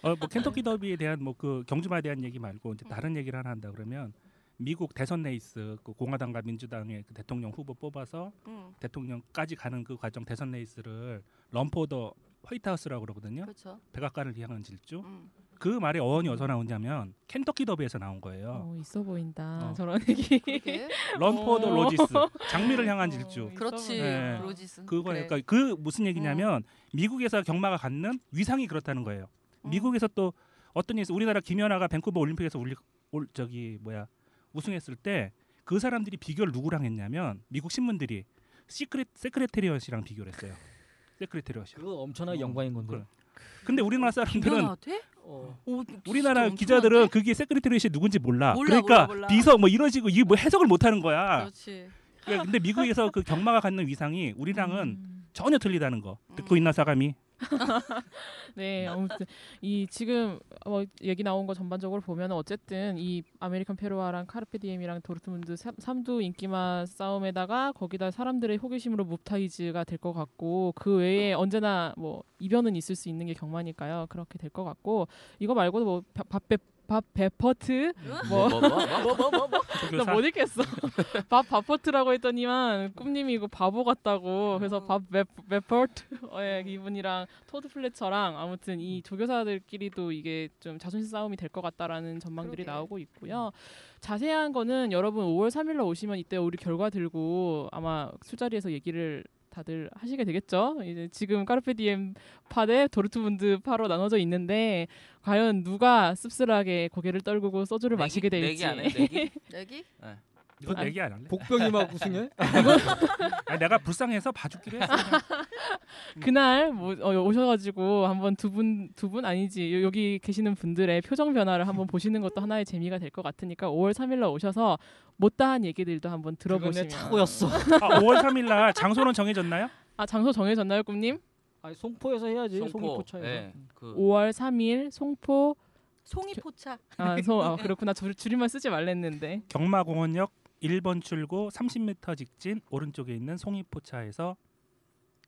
Speaker 6: 어, 뭐 켄터키 더비에 대한 뭐 그 경주마에 대한 얘기 말고 이제 다른 얘기를 하나 한다 그러면 미국 대선 레이스 그 공화당과 민주당의 그 대통령 후보 뽑아서
Speaker 4: 음,
Speaker 6: 대통령까지 가는 그 과정 대선 레이스를 럼포더 화이트하우스라고 그러거든요.
Speaker 4: 그렇죠.
Speaker 6: 백악관을 향하는 질주.
Speaker 4: 음.
Speaker 6: 그 말의 어원이 어디서 나오냐면 켄터키 더비에서 나온 거예요.
Speaker 2: *laughs* 어, 있어 보인다
Speaker 6: 어.
Speaker 2: 저런 *laughs* 얘기.
Speaker 5: *laughs*
Speaker 4: 그렇게
Speaker 6: 럼포더
Speaker 2: 어.
Speaker 6: 로지스. 장미를 향한 질주.
Speaker 2: 있어
Speaker 4: 그렇지.
Speaker 6: 네.
Speaker 2: 보인다.
Speaker 4: 로지스.
Speaker 6: 그거예요.
Speaker 4: 그래.
Speaker 6: 그러니까 그 무슨 얘기냐면 미국에서 경마가 갖는 위상이 그렇다는 거예요.
Speaker 4: 음.
Speaker 6: 미국에서 또 어떤 일에서 우리나라 김연아가 밴쿠버 올림픽에서 올리, 올 저기 뭐야 우승했을 때 그 사람들이 비교를 누구랑 했냐면 미국 신문들이 시크릿 세크레테리엇이랑 비교를 했어요. 세크레테리엇.
Speaker 7: 그거 엄청난
Speaker 6: 어,
Speaker 7: 영광인 건데.
Speaker 6: 그래. 근데 우리나라 사람들은
Speaker 4: 김연아한테?
Speaker 7: 어.
Speaker 4: 오,
Speaker 6: 우리나라
Speaker 4: 진짜
Speaker 6: 기자들은
Speaker 4: 엄청난데?
Speaker 6: 그게 세크레테리엇이 누군지 몰라.
Speaker 4: 몰라, 몰라,
Speaker 6: 그러니까
Speaker 4: 몰라.
Speaker 6: 비서 뭐 이런 식으로 이게 뭐 해석을 못 하는
Speaker 5: 아,
Speaker 6: 거야.
Speaker 4: 그렇지.
Speaker 6: 그러니까 근데 미국에서 그 경마가 갖는 위상이 우리랑은
Speaker 2: 음.
Speaker 6: 전혀 틀리다는 거. 듣고
Speaker 4: 음.
Speaker 6: 있나 사감이?
Speaker 2: 네, 아무튼 이 지금 어, 얘기 나온 거 전반적으로 보면 어쨌든 이 아메리칸 페루아랑 카르페디엠이랑 도르트문드 삼- 삼두 인기만 싸움에다가 거기다 사람들의 호기심으로 묵타이즈가 될 것 같고 그 외에 언제나 뭐 이변은 있을 수 있는 게 경마니까요. 그렇게 될 것 같고 이거 말고도 뭐 뭐밥밥 베퍼트 뭐
Speaker 3: *laughs* 그
Speaker 2: 나
Speaker 4: 뭐
Speaker 2: 못 읽겠어. *laughs* 밥 바퍼트라고 했더니만 꿈님이 이거 바보 같다고. 그래서
Speaker 4: 음.
Speaker 2: 밥 메퍼트의 *laughs* 어, 예, 이분이랑 토드 플래처랑 아무튼
Speaker 3: 음.
Speaker 2: 이 조교사들끼리도 이게 좀 자존심 싸움이 될 것 같다라는 전망들이
Speaker 4: 그러게.
Speaker 2: 나오고 있고요.
Speaker 3: 음.
Speaker 2: 자세한 거는 여러분 5월 3일로 오시면 이때 우리 결과 들고 아마 술자리에서 얘기를 다들 하시게 되겠죠. 이제 지금 카르페디엠 파대 도르트문드 파로 나눠져 있는데 과연 누가 씁쓸하게 고개를 떨구고 소주를 마시게 될지.
Speaker 3: 내기 안 해. 내기.
Speaker 4: 내기?
Speaker 6: 이건
Speaker 2: 아니,
Speaker 6: 얘기 안 할래.
Speaker 5: 복병이 막 *laughs* 우승해.
Speaker 6: 아니, 내가 불쌍해서
Speaker 4: *laughs*
Speaker 6: 봐주기로 했어.
Speaker 2: 그날 뭐 어, 오셔가지고 한번 두 분 두 분 아니지 요- 여기 계시는 분들의 표정 변화를 한번 보시는 것도 하나의 재미가 될 것 같으니까 5월 3일날 오셔서 못다한 얘기들도 한번 들어보시면
Speaker 7: 그거네 착오였어.
Speaker 6: 아, 5월 3일 날 장소는 정해졌나요?
Speaker 2: 아 장소 정해졌나요, 꿈님?
Speaker 5: 아니 송포에서 해야지.
Speaker 7: 송포.
Speaker 5: 송이포차에서.
Speaker 3: 네.
Speaker 7: 예. 그
Speaker 2: 5월 3일 송포
Speaker 4: 송이 포차.
Speaker 2: 아송 아, 그렇구나 줄, 줄임만 쓰지 말랬는데
Speaker 6: 경마공원역 1번 출구 30m 직진 오른쪽에 있는 송이포차에서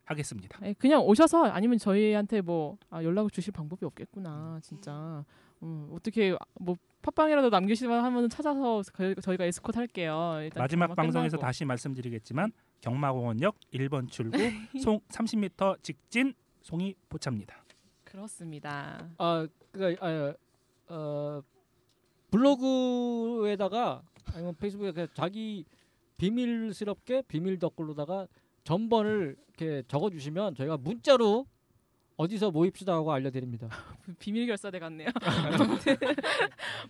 Speaker 6: 하겠습니다.
Speaker 2: 에, 예, 그냥 오셔서 아니면 저희한테 뭐 아, 연락을 주실 방법이 없겠구나 진짜 음, 어떻게 뭐 팟빵이라도 남기시면 하면 찾아서 그- 저희가 에스코트 할게요. 일단
Speaker 6: 마지막
Speaker 2: 경마
Speaker 6: 방송에서
Speaker 2: 끝나고.
Speaker 6: 다시 말씀드리겠지만 경마공원역 1번 출구 송 30m 직진 송이포차입니다.
Speaker 2: 그렇습니다.
Speaker 5: 아 그러니까 아, 어, 블로그에다가 아니면 페이스북에 그냥 자기 비밀스럽게 비밀 댓글로다가 전번을 이렇게 적어주시면 저희가 문자로 어디서 모입시다 하고 알려드립니다.
Speaker 2: 비밀 결사대 같네요. *laughs* 아무튼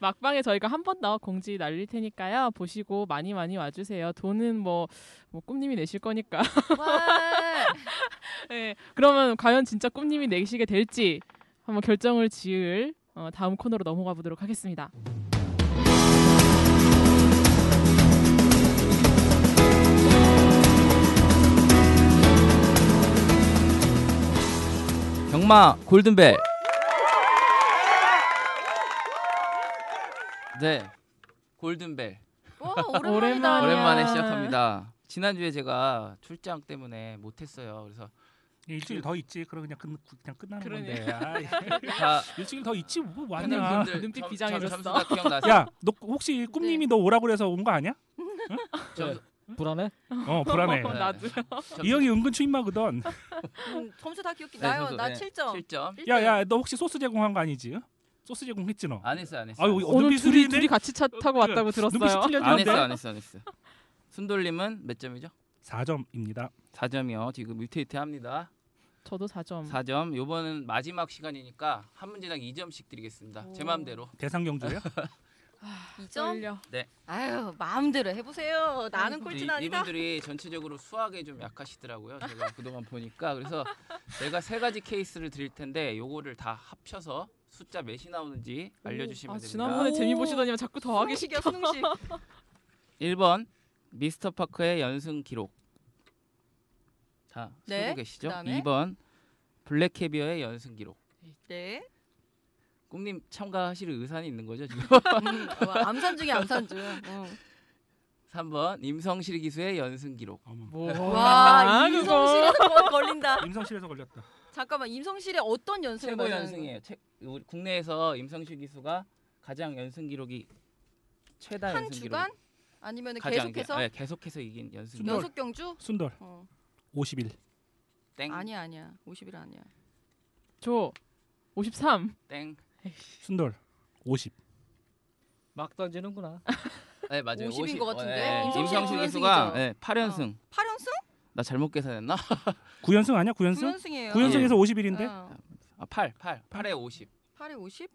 Speaker 2: 막방에 저희가 한 번 더 공지 날릴 테니까요. 보시고 많이 많이 와주세요. 돈은 뭐, 뭐 꿈님이 내실 거니까. *laughs*
Speaker 4: 와.
Speaker 2: 네, 그러면 과연 진짜 꿈님이 내시게 될지 한번 결정을 지을 어, 다음 코너로 넘어가 보도록 하겠습니다.
Speaker 3: 경마 골든벨. 네. 골든벨.
Speaker 4: 와, 오랜만이다.
Speaker 2: 오랜만이야.
Speaker 3: 오랜만에 시작합니다. 지난주에 제가 출장 때문에 못 했어요. 그래서
Speaker 6: 일주일 더 있지. 그럼 그냥 끝 그냥 끝나는 건데. 아이,
Speaker 3: 다
Speaker 6: 일주일 더 있지. 뭐 왔냐?
Speaker 3: 팬분들
Speaker 2: 눈빛
Speaker 3: 점-
Speaker 2: 비장해졌어.
Speaker 3: 점- 점수 다 기억나세요?
Speaker 6: 야, 너 혹시 꿈님이 너 오라 그래서 온 거 아니야?
Speaker 3: 점수-
Speaker 5: 불안해?
Speaker 6: 어, 불안해.
Speaker 2: 어, *laughs* 나도
Speaker 3: 점수-
Speaker 6: 이 형이 은근 추임마거든.
Speaker 4: 음, 점수 다 기억해.
Speaker 3: 네,
Speaker 4: 나요.
Speaker 3: 점수,
Speaker 4: 나
Speaker 3: 네.
Speaker 4: 7점.
Speaker 3: 7점.
Speaker 6: 야, 야, 너 혹시 소스 제공한 거 아니지? 소스 제공했지 너.
Speaker 3: 안 했어, 안 했어.
Speaker 6: 아, 여기 어,
Speaker 2: 오늘
Speaker 6: 눈빛
Speaker 2: 둘이
Speaker 6: 흐리네?
Speaker 2: 둘이 같이 차 타고
Speaker 6: 어,
Speaker 2: 왔다고
Speaker 6: 눈빛이
Speaker 2: 들었어요.
Speaker 3: 안 했어,
Speaker 6: 틀렸는데.
Speaker 3: 안 했어, 안 했어. 순돌림은 몇 점이죠?
Speaker 6: 4점입니다.
Speaker 3: 4점이요. 지금 뮤테이트합니다.
Speaker 2: 저도 4점.
Speaker 3: 4점. 요번은 마지막 시간이니까 한 문제당 2점씩 드리겠습니다. 제
Speaker 4: 오.
Speaker 3: 마음대로.
Speaker 6: 대상 경주예요?
Speaker 4: 2점? 아유, 마음대로 해 보세요. 나는
Speaker 3: 근데
Speaker 4: 꼴찌
Speaker 3: 이-
Speaker 4: 아니다.
Speaker 3: 이분들이 전체적으로 수학에 좀 약하시더라고요.
Speaker 4: *laughs*
Speaker 3: 제가 그동안 보니까 그래서 제가 세 가지 케이스를 드릴 텐데 요거를 다 합쳐서 숫자 몇이 나오는지 알려주시면
Speaker 2: 아,
Speaker 3: 됩니다.
Speaker 2: 지난번에 재미 보시더니만 자꾸 더하기
Speaker 4: 수능식이야, 수능식.
Speaker 3: 1번 미스터 파크의 연승 기록. 자,
Speaker 4: 네,
Speaker 3: 쓰고 계시죠?
Speaker 4: 그다음에?
Speaker 3: 2번 블랙캐비어의 연승 기록.
Speaker 4: 네.
Speaker 3: 꿈님 참가하실 의사는 있는 거죠, 지금?
Speaker 4: *laughs* 음, 와, 암산 중에 암산 중. 어.
Speaker 3: 3번 임성실 기수의 연승 기록.
Speaker 6: 어머.
Speaker 4: 와
Speaker 2: 아,
Speaker 4: 임성실에 걸린다.
Speaker 6: 임성실에서 걸렸다.
Speaker 4: 잠깐만 임성실에 어떤 연습을
Speaker 3: 최고
Speaker 4: 많이 하는
Speaker 3: 연승이에요. 최, 우리 국내에서 임성실 기수가 가장 연승 기록이 최다
Speaker 4: 거예요? 한
Speaker 3: 연승
Speaker 4: 주간
Speaker 3: 기록.
Speaker 4: 아니면
Speaker 3: 가장
Speaker 4: 계속해서
Speaker 3: 게- 네, 계속해서 이긴 연승 기록.
Speaker 4: 연속 경주?
Speaker 6: 순돌
Speaker 4: 어.
Speaker 6: 50일.
Speaker 3: 땡.
Speaker 4: 아니야 아니야 50일 아니야.
Speaker 2: 저 53.
Speaker 3: 땡.
Speaker 6: 순돌 50.
Speaker 7: 막 던지는구나.
Speaker 3: 네, 맞아요.
Speaker 4: 50인
Speaker 3: 50.
Speaker 4: 것 같은데?
Speaker 3: 네, 임성실
Speaker 4: 임성실 연승이죠. 어.
Speaker 3: 기수가 네, 8연승.
Speaker 4: 8연승?
Speaker 3: 나 잘못 계산했나?
Speaker 6: 9연승 아니야? 9연승?
Speaker 4: 9연승이에요.
Speaker 6: 9연승에서 50일인데
Speaker 4: 어.
Speaker 3: 아, 8, 8. 8에 50.
Speaker 5: 음,
Speaker 4: 8에 50?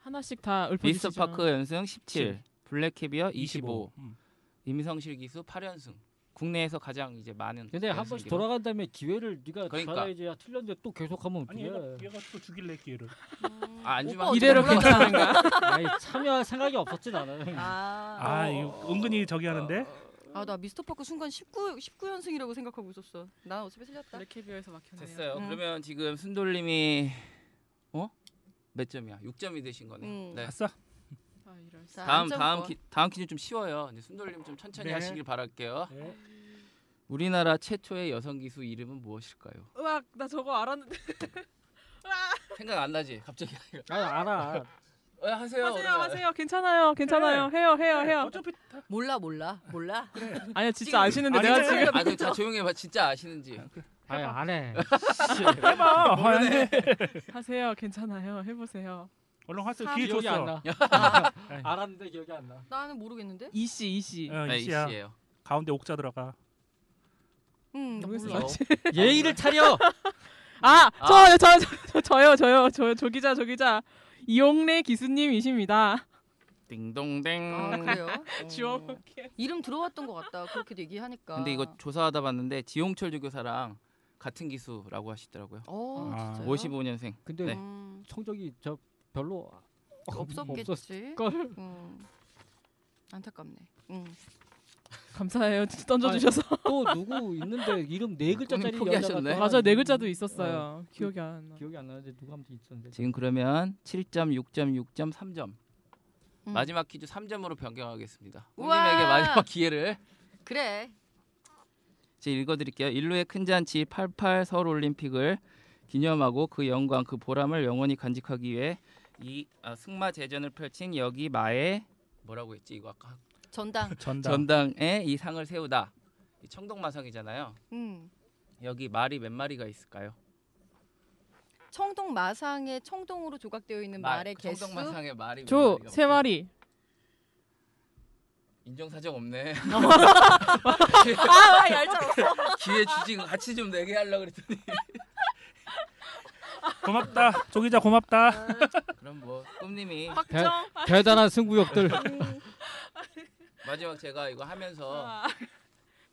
Speaker 2: 하나씩 다 읊어주시죠.
Speaker 3: 미스터 파크 연승 17. 블랙캐비어 25.
Speaker 6: 25. 음.
Speaker 3: 임성실 기수 8연승. 국내에서 가장 이제 많은
Speaker 5: 근데 한
Speaker 3: 연승
Speaker 5: 번씩
Speaker 3: 기록.
Speaker 5: 돌아간 다음에 기회를 네가
Speaker 3: 그러니까.
Speaker 5: 받아야지 야, 틀렸는데 또 계속하면
Speaker 6: 아니
Speaker 5: 어떡해.
Speaker 6: 얘가, 얘가 또 죽일래 기회를.
Speaker 4: 음.
Speaker 3: 아, 안 주면
Speaker 4: 오빠
Speaker 2: 이대로
Speaker 4: 어떻게
Speaker 2: 괜찮은가?
Speaker 5: 아니, 참여할 생각이 없었지 나는.
Speaker 4: 아,
Speaker 6: 아, 이거 은근히 저기 하는데
Speaker 4: 아, 나 미스터 파크 순간 19 19연승이라고 생각하고 있었어. 난 어차피 틀렸다.
Speaker 2: 블랙캐비어에서 막혔네요.
Speaker 3: 됐어요.
Speaker 4: 음.
Speaker 3: 그러면 지금 순돌님이 어? 몇 점이야? 6점이 되신 거네.
Speaker 4: 음.
Speaker 3: 네.
Speaker 6: 아싸.
Speaker 2: 아, 이럴 수-
Speaker 4: 자,
Speaker 3: 다음
Speaker 4: 안전 뭐.
Speaker 3: 다음
Speaker 4: 거.
Speaker 3: 퀴 다음 퀴즈 좀 쉬워요. 이제 순돌님 좀 천천히
Speaker 6: 네.
Speaker 3: 하시길 바랄게요.
Speaker 6: 네.
Speaker 3: 우리나라 최초의 여성 기수 이름은 무엇일까요?
Speaker 2: 으악 나 저거 알았는데
Speaker 3: 생각 안 나지? 갑자기. *laughs*
Speaker 5: 아 알아.
Speaker 3: 어, 하세요.
Speaker 2: 하세요
Speaker 3: 그러면.
Speaker 2: 하세요 괜찮아요 괜찮아요 해요 해요 해요
Speaker 6: 어차피 다
Speaker 4: 몰라 몰라 몰라.
Speaker 2: 아니야 진짜 아시는데
Speaker 6: 아니,
Speaker 2: 내가
Speaker 6: 진짜-
Speaker 2: 지금
Speaker 3: 아, 그, 자, 조용히 해봐. 진짜 아시는지.
Speaker 5: 아니 안 해.
Speaker 6: *laughs* 해봐. 아, 안 돼.
Speaker 2: 하세요 괜찮아요 해보세요
Speaker 6: 얼른 화살
Speaker 4: 사-
Speaker 6: 뒤에
Speaker 5: 기억이 안 나.
Speaker 6: 줬어.
Speaker 5: *laughs* 알았는데 기억이 안 나.
Speaker 4: 나는 모르겠는데.
Speaker 2: 이씨 이씨
Speaker 6: 어,
Speaker 3: 네,
Speaker 6: 이씨야.
Speaker 3: 이씨예요.
Speaker 6: 가운데 옥자 들어가.
Speaker 4: 음, 몰라.
Speaker 3: 어,
Speaker 2: 몰라.
Speaker 5: 예의를 차려.
Speaker 2: 아저저저 저, 저, 저요 저요 저요 저 기자 저 기자 이용래 기수님이십니다
Speaker 3: 띵동댕.
Speaker 4: 아, 그래요? 어.
Speaker 2: 주워볼게
Speaker 4: 이름 들어왔던 것 같다. 그렇게 얘기하니까.
Speaker 3: 음. 근데 이거 조사하다 봤는데 지용철 조교사랑 같은 기수라고 하시더라고요.
Speaker 4: 어,
Speaker 6: 아,
Speaker 4: 진짜요?
Speaker 3: 55년생.
Speaker 5: 근데
Speaker 3: 네.
Speaker 4: 음,
Speaker 5: 성적이 저 별로
Speaker 4: 없었겠지.
Speaker 5: 걸.
Speaker 4: 음. 안타깝네. 음.
Speaker 2: 감사해요 던져주셔서
Speaker 5: 또 누구 있는데 이름 네 글자짜리
Speaker 3: 꿈이 음, 포기하셨네.
Speaker 5: 여자가 또
Speaker 2: 맞아 네
Speaker 5: 하나
Speaker 2: 글자도
Speaker 5: 있는데.
Speaker 2: 있었어요 기억이 안나
Speaker 5: 음, 기억이 안 나는데 누가 한번 있었는데.
Speaker 3: 지금 그러면 7점, 6점, 6점, 3점.
Speaker 4: 음.
Speaker 3: 마지막 퀴즈 3점으로 변경하겠습니다.
Speaker 4: 우와!
Speaker 3: 홍님에게 마지막 기회를
Speaker 4: 그래.
Speaker 3: 제가 읽어드릴게요. 인류의 큰 잔치 88 서울 올림픽을 기념하고 그 영광, 그 보람을 영원히 간직하기 위해 이 아, 승마 제전을 펼친 여기 마의 뭐라고 했지 이거 아까
Speaker 4: 전당.
Speaker 6: 전당.
Speaker 3: 전당에 이 상을 세우다. 이 청동마상이잖아요.
Speaker 4: 음.
Speaker 3: 여기 말이 몇 마리가 있을까요?
Speaker 4: 청동 마상에 청동으로 조각되어 있는
Speaker 3: 말,
Speaker 4: 말의
Speaker 3: 그
Speaker 4: 개수.
Speaker 3: 청동마상의 말이 몇
Speaker 2: 조
Speaker 3: 마리가
Speaker 2: 세
Speaker 3: 없죠?
Speaker 2: 마리
Speaker 3: 인정사정 없네. *laughs*
Speaker 4: 아, 얄짤 없어.
Speaker 3: 기회 주지 같이 좀 내게 하려고 그랬더니
Speaker 6: 고맙다. 조기자 고맙다.
Speaker 3: 그럼 뭐 꿈님이
Speaker 2: 확정
Speaker 5: 대단한
Speaker 3: *laughs*
Speaker 5: 승부욕들.
Speaker 3: 마지막 제가 이거 하면서
Speaker 2: 아,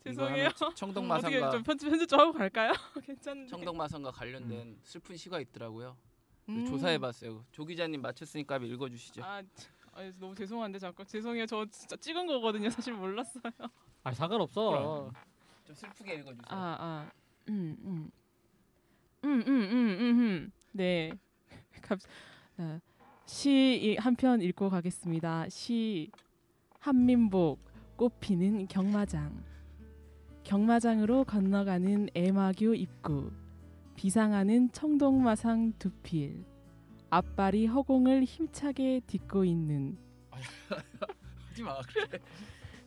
Speaker 2: 죄송해요
Speaker 3: 이거 하면
Speaker 2: 어떻게
Speaker 3: 청동마상과
Speaker 2: 좀 편집 편집 좀 하고 갈까요 *laughs* 괜찮은데
Speaker 3: 청동마상과 관련된 슬픈 시가 있더라고요. 그래서
Speaker 4: 음.
Speaker 3: 조사해봤어요. 조 기자님 맞췄으니까 한번 읽어주시죠.
Speaker 2: 아, 아니, 너무 죄송한데 잠깐 죄송해요. 저 진짜 찍은 거거든요. 사실 몰랐어요.
Speaker 5: 아 상관없어.
Speaker 3: 좀 슬프게 읽어주세요.
Speaker 2: 아, 아. 음, 음. 음, 음, 음, 음. 음. 네. *laughs* 갑 아, 시한 편 읽고 가겠습니다. 시 한민복 꽃피는 경마장. 경마장으로 건너가는 애마교 입구. 비상하는 청동마상 두필. 앞발이 허공을 힘차게 딛고 있는
Speaker 3: 하지 마. 그래.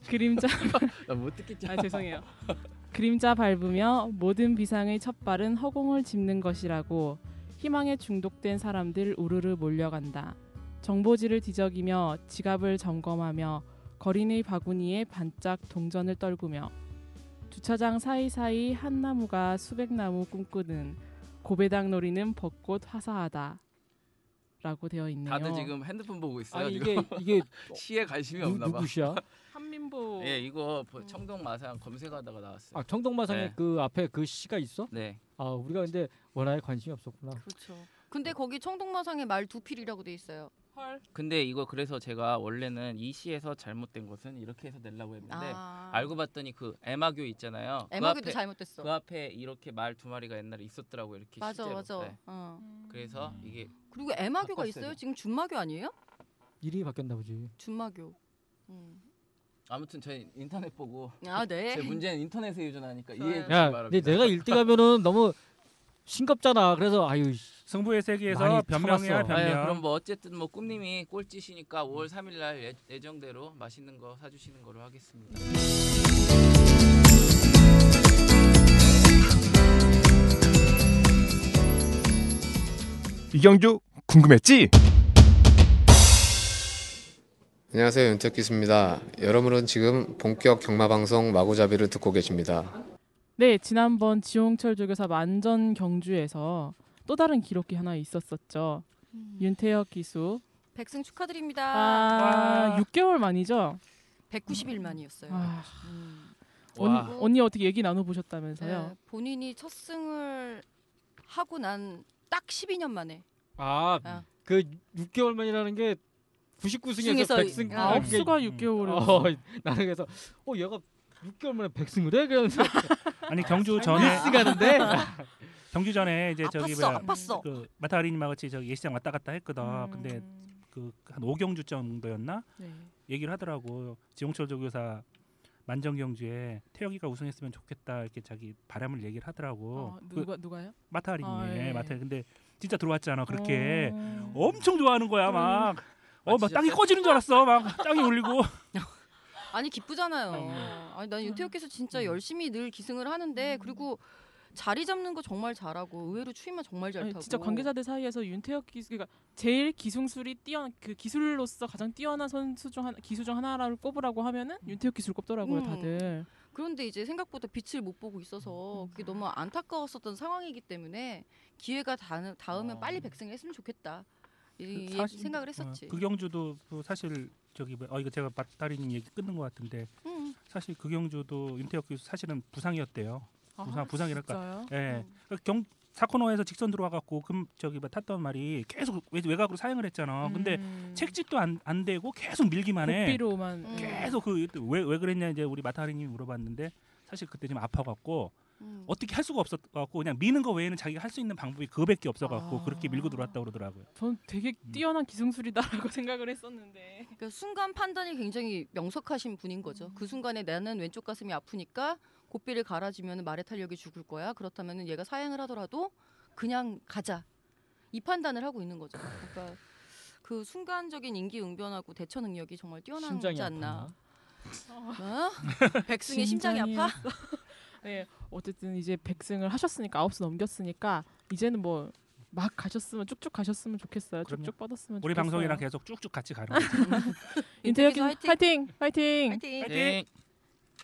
Speaker 2: 그림자
Speaker 3: 나못 듣겠잖아.
Speaker 2: 아 죄송해요. *laughs* 그림자 밟으며 모든 비상의 첫발은 허공을 짚는 것이라고 희망에 중독된 사람들 우르르 몰려간다. 정보지를 뒤적이며 지갑을 점검하며 거린의 바구니에 반짝 동전을 떨구며 주차장 사이사이 한 나무가 수백 나무 꿈꾸는 고배당 놀이는 벚꽃 화사하다. 라고 되어 있네요.
Speaker 3: 다들 지금 핸드폰 보고 있어요.
Speaker 5: 아니
Speaker 3: 지금
Speaker 5: 이게
Speaker 3: *laughs*
Speaker 5: 이게
Speaker 3: 시에 관심이
Speaker 5: 누,
Speaker 3: 없나 봐.
Speaker 5: 누구시야?
Speaker 2: 한민보
Speaker 3: 예, 이거 보- 청동마상 검색하다가 나왔어요.
Speaker 5: 아 청동마상에
Speaker 3: 네.
Speaker 5: 그 앞에 그 시가 있어?
Speaker 3: 네.
Speaker 5: 아 우리가 근데 원화에 관심이 없었구나.
Speaker 4: 그렇죠. 근데 거기 청동 마상에 말 두필이라고 돼 있어요.
Speaker 2: 헐.
Speaker 3: 근데 이거 그래서 제가 원래는 이 시에서 잘못된 것은 이렇게 해서 내려고 했는데
Speaker 4: 아.
Speaker 3: 네. 알고 봤더니 그 에마교 있잖아요. 그
Speaker 4: 애먹이도
Speaker 3: 앞에-
Speaker 4: 잘못됐어.
Speaker 3: 그 앞에 이렇게 말 두 마리가 옛날에 있었더라고 이렇게
Speaker 4: 맞아
Speaker 3: 실제로.
Speaker 4: 맞아.
Speaker 3: 네.
Speaker 4: 어.
Speaker 3: 그래서 이게
Speaker 4: 그리고 애마교가
Speaker 3: 바꿨어요,
Speaker 4: 있어요?
Speaker 3: 이거.
Speaker 4: 지금 준마교 아니에요?
Speaker 5: 이름이 바뀌었나 보지.
Speaker 4: 준마교. 음.
Speaker 3: 아무튼 저희 인터넷 보고
Speaker 4: 아 네.
Speaker 3: 제 문제는 인터넷에 유전하니까
Speaker 4: 좋아요.
Speaker 3: 이해해 주시기
Speaker 5: 야,
Speaker 3: 바랍니다.
Speaker 5: 근데 내가 1등 하면은 너무 싱겁잖아. 그래서 아유
Speaker 6: 승부의
Speaker 5: 많이
Speaker 6: 세계에서
Speaker 5: 참았어.
Speaker 6: 변명해야 변명.
Speaker 3: 아유, 그럼 뭐 어쨌든 뭐 꿈님이 꼴찌시니까 5월 3일 날 예- 예정대로 맛있는 거 사주시는 거로 하겠습니다.
Speaker 1: 이경주 궁금했지?
Speaker 8: 안녕하세요 윤택기수입니다. 여러분은 지금 본격 경마방송 마구잡이를 듣고 계십니다.
Speaker 2: 네, 지난번 지홍철 조교사 만전 경주에서 또 다른 기록이 하나 있었었죠.
Speaker 4: 음.
Speaker 2: 윤태혁 기수.
Speaker 4: *laughs* 백승
Speaker 2: 아,
Speaker 4: 축하드립니다.
Speaker 6: 아.
Speaker 2: 6개월 만이죠.
Speaker 4: 191만이었어요.
Speaker 2: 아,
Speaker 4: 음.
Speaker 2: 언니,
Speaker 3: 와.
Speaker 2: 언니 어떻게 얘기 나눠 보셨다면서요?
Speaker 4: 네, 본인이 첫 승을 하고 난 딱 12년 만에
Speaker 5: 아,
Speaker 4: 아.
Speaker 5: 그 6개월 만이라는 게 99승에서
Speaker 4: 승에서
Speaker 5: 100승.
Speaker 4: 아,
Speaker 2: 아, 수가
Speaker 6: 음.
Speaker 2: 6개월을.
Speaker 5: 어, *laughs* 나는 그래서 어 얘가 6개월 만에 100승을 해? 그래서
Speaker 6: 아니 경주 전에
Speaker 5: 승하는데
Speaker 6: 경주 전에 이제 저기
Speaker 4: 아팠어
Speaker 6: 뭐야
Speaker 4: 아팠어.
Speaker 6: 그 마타리님하고 같이 저기 예시장 왔다 갔다 했거든.
Speaker 2: 아, 음.
Speaker 6: 근데 그한 5경주 정도였나?
Speaker 4: 네.
Speaker 6: 얘기를 하더라고. 지용철 조교사 그 만정경주에 태혁이가 우승했으면 좋겠다 이렇게 자기 바람을 얘기를 하더라고. 그
Speaker 2: 어, 누가 누가요?
Speaker 6: 마타리님,
Speaker 2: 아, 예.
Speaker 6: 마타리. 근데 진짜 들어왔잖아 그렇게.
Speaker 2: 어. 음.
Speaker 6: 엄청 좋아하는 거야
Speaker 3: 아,
Speaker 6: 막. 어, 막
Speaker 3: 진짜
Speaker 6: 땅이
Speaker 3: 세-
Speaker 6: 꺼지는 줄 알았어. 막
Speaker 2: *laughs*
Speaker 6: 땅이 울리고.
Speaker 4: 아니 기쁘잖아요.
Speaker 6: 음.
Speaker 4: 아니 난 윤태혁께서 진짜
Speaker 6: 음.
Speaker 4: 열심히 늘 기승을 하는데
Speaker 2: 음.
Speaker 4: 그리고 자리 잡는 거 정말 잘하고 의외로 추임만 정말 잘
Speaker 2: 아니,
Speaker 4: 타고.
Speaker 2: 진짜 관계자들 사이에서 윤태혁 기수 그러니까 제일 기술술이 뛰어 그 기술로서 가장 뛰어난 선수 중 한, 기수 중 하나를 꼽으라고 하면은 윤태혁 기수를 꼽더라고요
Speaker 4: 음.
Speaker 2: 다들.
Speaker 4: 그런데 이제 생각보다 빛을 못 보고 있어서
Speaker 2: 음.
Speaker 4: 그게 너무 안타까웠었던 상황이기 때문에 기회가 닿, 닿으면
Speaker 2: 아.
Speaker 3: 어.
Speaker 4: 빨리 백승을 했으면 좋겠다. 이,
Speaker 6: 그
Speaker 4: 이
Speaker 6: 사실-
Speaker 2: 네.
Speaker 4: 생각을
Speaker 6: 어,
Speaker 4: 했었지.
Speaker 6: 그 경주도 그 사실 저기 뭐야. 어 이거 제가 마타리님 얘기 끊는 것 같은데
Speaker 4: 음.
Speaker 6: 사실 그 경주도 윤태혁 교수 사실은 부상이었대요. 부상- 부상이랄까.
Speaker 2: 아, 진짜요? 어.
Speaker 6: 예.
Speaker 4: 음.
Speaker 6: 그경 사코노에서 직선 들어와갖고 금 저기 뭐 탔던 말이 계속 외- 외곽으로 사행을 했잖아. 어, 근데
Speaker 2: 음.
Speaker 6: 책집도 안, 안 되고 계속 밀기만 해.
Speaker 2: 복비로만
Speaker 4: 음.
Speaker 6: 계속 그왜왜 그랬냐 이제 우리 마타리님이 물어봤는데 사실 그때 좀 아파갖고
Speaker 4: 음.
Speaker 6: 어떻게 할 수가 없었갖고 그냥 미는 거 외에는 자기가 할 수 있는 방법이 그거밖에 없어갖고
Speaker 2: 아.
Speaker 6: 그렇게 밀고 들어왔다 고 그러더라고요.
Speaker 2: 전 되게
Speaker 6: 음.
Speaker 2: 뛰어난 기승술이다라고 *laughs* 생각을 했었는데.
Speaker 4: 그러니까 순간 판단이 굉장히 명석하신 분인 거죠. 그 순간에 나는 왼쪽 가슴이 아프니까 고삐를 갈아주면 말의 탄력이 죽을 거야. 그렇다면 얘가 사행을 하더라도 그냥 가자. 이 판단을 하고 있는 거죠. 그러니까 그 순간적인 인기응변하고 대처 능력이 정말 뛰어나지
Speaker 5: 심장이
Speaker 4: 않나.
Speaker 5: 아팠나?
Speaker 4: 어? 백승의 심장이 아파?
Speaker 2: 네, 어쨌든 이제 100승을 하셨으니까 9수 넘겼으니까 이제는 뭐 막 가셨으면 쭉쭉 가셨으면 좋겠어요.
Speaker 6: 그럼요.
Speaker 2: 쭉쭉 뻗었으면
Speaker 6: 우리
Speaker 2: 좋겠어요.
Speaker 6: 방송이랑 계속 쭉쭉 같이 가는 거죠.
Speaker 2: 인터뷰
Speaker 4: 인터뷰에서 화이팅!
Speaker 2: 화이팅! 화이팅!
Speaker 4: 화이팅!
Speaker 3: 네.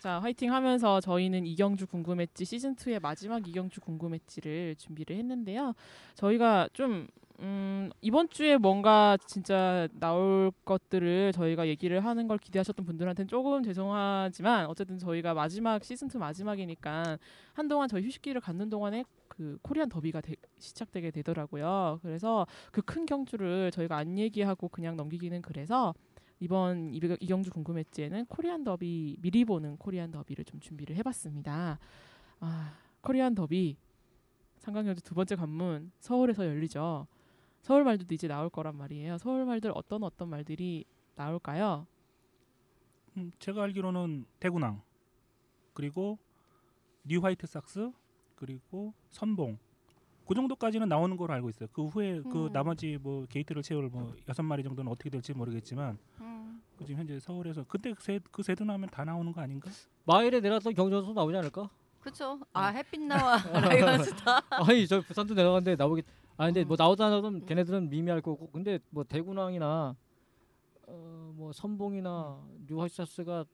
Speaker 2: 자, 화이팅 하면서 저희는 이경주 궁금했지 시즌 2의 마지막 이경주 궁금했지를 준비를 했는데요. 저희가 좀 음, 이번 주에 뭔가 진짜 나올 것들을 저희가 얘기를 하는 걸 기대하셨던 분들한테는 조금 죄송하지만 어쨌든 저희가 마지막 시즌 2 마지막이니까 한동안 저희 휴식기를 갖는 동안에 그 코리안 더비가 되- 시작되게 되더라고요. 그래서 그 큰 경주를 저희가 안 얘기하고 그냥 넘기기는 그래서 이번 이백- 이경주 궁금했지에는 코리안 더비 미리 보는 코리안 더비를 좀 준비를 해봤습니다. 아, 코리안 더비 상강경주 두 번째 관문 서울에서 열리죠. 서울 말들도 이제 나올 거란 말이에요. 서울 말들 어떤 어떤 말들이 나올까요?
Speaker 6: 음, 제가 알기로는 대구낭 그리고 뉴 화이트 삭스 그리고 선봉 그 정도까지는 나오는 걸로 알고 있어요. 그 후에 그
Speaker 4: 음.
Speaker 6: 나머지 뭐 게이트를 채울 뭐 여섯 마리 정도는 어떻게 될지 모르겠지만
Speaker 4: 음.
Speaker 6: 그 지금 현재 서울에서 그때 세그 세도 나면 다 나오는 거 아닌가?
Speaker 5: 마일에 내려왔던 경전소 나오지 않을까?
Speaker 4: 그렇죠. 아 햇빛 나와 라이언스타.
Speaker 5: 아니 저 부산도 내려갔는데 나오겠아 근데 뭐 나오다 나오면
Speaker 4: 음.
Speaker 5: 걔네들은 미미할 거고 근데 뭐 대군항이나 어뭐 선봉이나 뉴화이사스가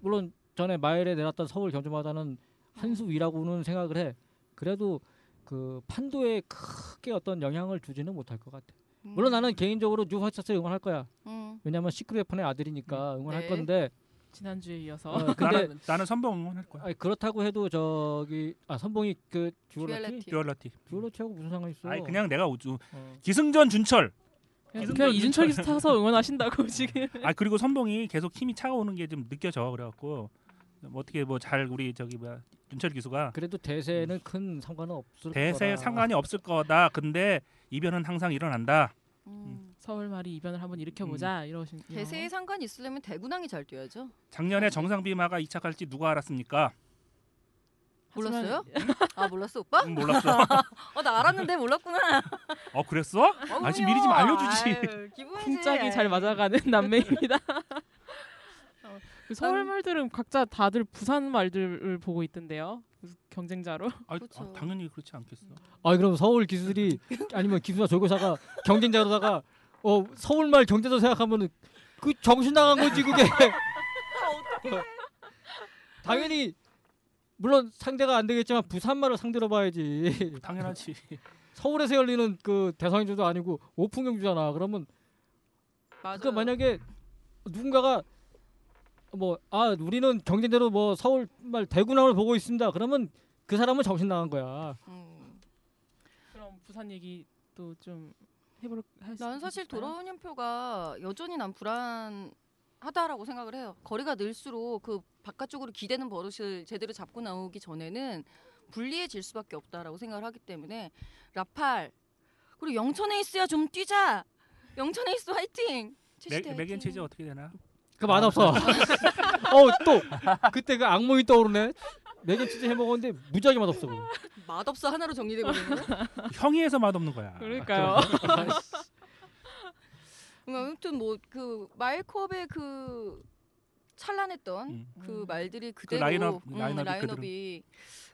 Speaker 5: 물론 전에 마일에 내렸던 서울 경주마다는 한 수 위라고는 생각을 해. 그래도 그 판도에 크게 어떤 영향을 주지는 못할 것 같아. 물론 나는 개인적으로 뉴화이사스 응원할 거야.
Speaker 4: 음.
Speaker 5: 왜냐면 시크레폰의 아들이니까 응원할
Speaker 4: 네.
Speaker 5: 건데.
Speaker 2: 지난주에 이어서
Speaker 5: 어, 근데
Speaker 6: 나는 나는 선봉 응원할 거야.
Speaker 5: 아니, 그렇다고 해도 저기 아 선봉이 그 듀얼러티
Speaker 4: 듀얼레티.
Speaker 6: 듀얼러티.
Speaker 5: 듀얼러티하고 무슨 상관 있어?
Speaker 6: 아니 그냥 내가 우주
Speaker 5: 어.
Speaker 6: 기승전 준철
Speaker 2: 그냥, 그냥 이준철 기사 타서 응원하신다고 *laughs* 지금.
Speaker 6: 아 그리고 선봉이 계속 힘이 차오르는 게 좀 느껴져 그래갖고 뭐 어떻게 뭐 잘 우리 저기 뭐야 윤철 기수가
Speaker 5: 그래도 대세는 큰 상관은 없을
Speaker 6: 음. 대세
Speaker 5: 거라.
Speaker 6: 상관이 없을 거다. 근데 이변은 항상 일어난다.
Speaker 4: 음.
Speaker 2: 서울 말이 이변을 한번 일으켜보자
Speaker 6: 음.
Speaker 2: 이러신.
Speaker 4: 대세에 상관이 있으려면 대군항이 잘 뛰어야죠.
Speaker 6: 작년에 정상비마가 2차 갈지 누가 알았습니까?
Speaker 4: 몰랐어요? 아 몰랐어 오빠?
Speaker 6: 음, 몰랐어.
Speaker 4: 어 나 알았는데 몰랐구나.
Speaker 6: 어 그랬어?
Speaker 4: 어,
Speaker 6: 아,
Speaker 4: 그럼요.
Speaker 6: 지금 미리 좀 알려주지.
Speaker 4: 아유, 기분이지.
Speaker 2: 풍짝이
Speaker 4: 네.
Speaker 2: 잘 맞아가는 *laughs*
Speaker 4: *laughs*
Speaker 2: 남매입니다. 어, 그 서울 말들은 각자 다들 부산 말들을 보고 있던데요.
Speaker 4: *laughs*
Speaker 2: 경쟁자로.
Speaker 6: 아,
Speaker 4: 그쵸.
Speaker 6: 아, 당연히 그렇지 않겠어.
Speaker 5: 아 그럼 서울
Speaker 6: *laughs*
Speaker 5: 기술이 아니면 기술사 조교사가 경쟁자로다가 어 서울말 경쟁자 로 생각하면은 그 정신 나간 거지
Speaker 6: *laughs*
Speaker 5: 그게. 당연히 물론 상대가 안 되겠지만 부산말을 상대로 봐야지. *laughs*
Speaker 6: 당연하지.
Speaker 5: 서울에서 열리는 그 대상인조도 아니고 오픈 경주잖아. 그러면
Speaker 4: 맞아요.
Speaker 5: 그러니까 만약에 누군가가 뭐 아 우리는 경쟁대로 뭐 서울 말 대구나을 보고 있습니다. 그러면 그 사람은 정신 나간 거야.
Speaker 4: 음.
Speaker 2: 그럼 부산 얘기 또좀 해볼.
Speaker 4: 난 사실 도로운영표가 여전히 난 불안하다라고 생각을 해요. 거리가 늘수록 그 바깥쪽으로 기대는 버릇을 제대로 잡고 나오기 전에는 불리해질 수밖에 없다라고 생각을 하기 때문에 라팔 그리고 영천 에이스야 좀 뛰자. 영천 에이스 화이팅. 체시대 화이팅.
Speaker 6: 맥앤 체제 어떻게 되나?
Speaker 4: *laughs*
Speaker 5: 그 맛없어. 어또 그때 그 악몽이 떠오르네. 내겐 진짜 해먹었는데 무지하게 맛없어. 그거.
Speaker 4: 맛없어 하나로 정리되거든요.
Speaker 6: 형이에서 맛없는 거야.
Speaker 2: 그러니까요.
Speaker 4: 음, 아무튼 뭐 그 마일컵의 그 찬란했던
Speaker 6: 음.
Speaker 4: 그
Speaker 2: 음.
Speaker 4: 말들이 그대로
Speaker 6: 라인업,
Speaker 4: 음,
Speaker 6: 라인업이
Speaker 4: 라인업이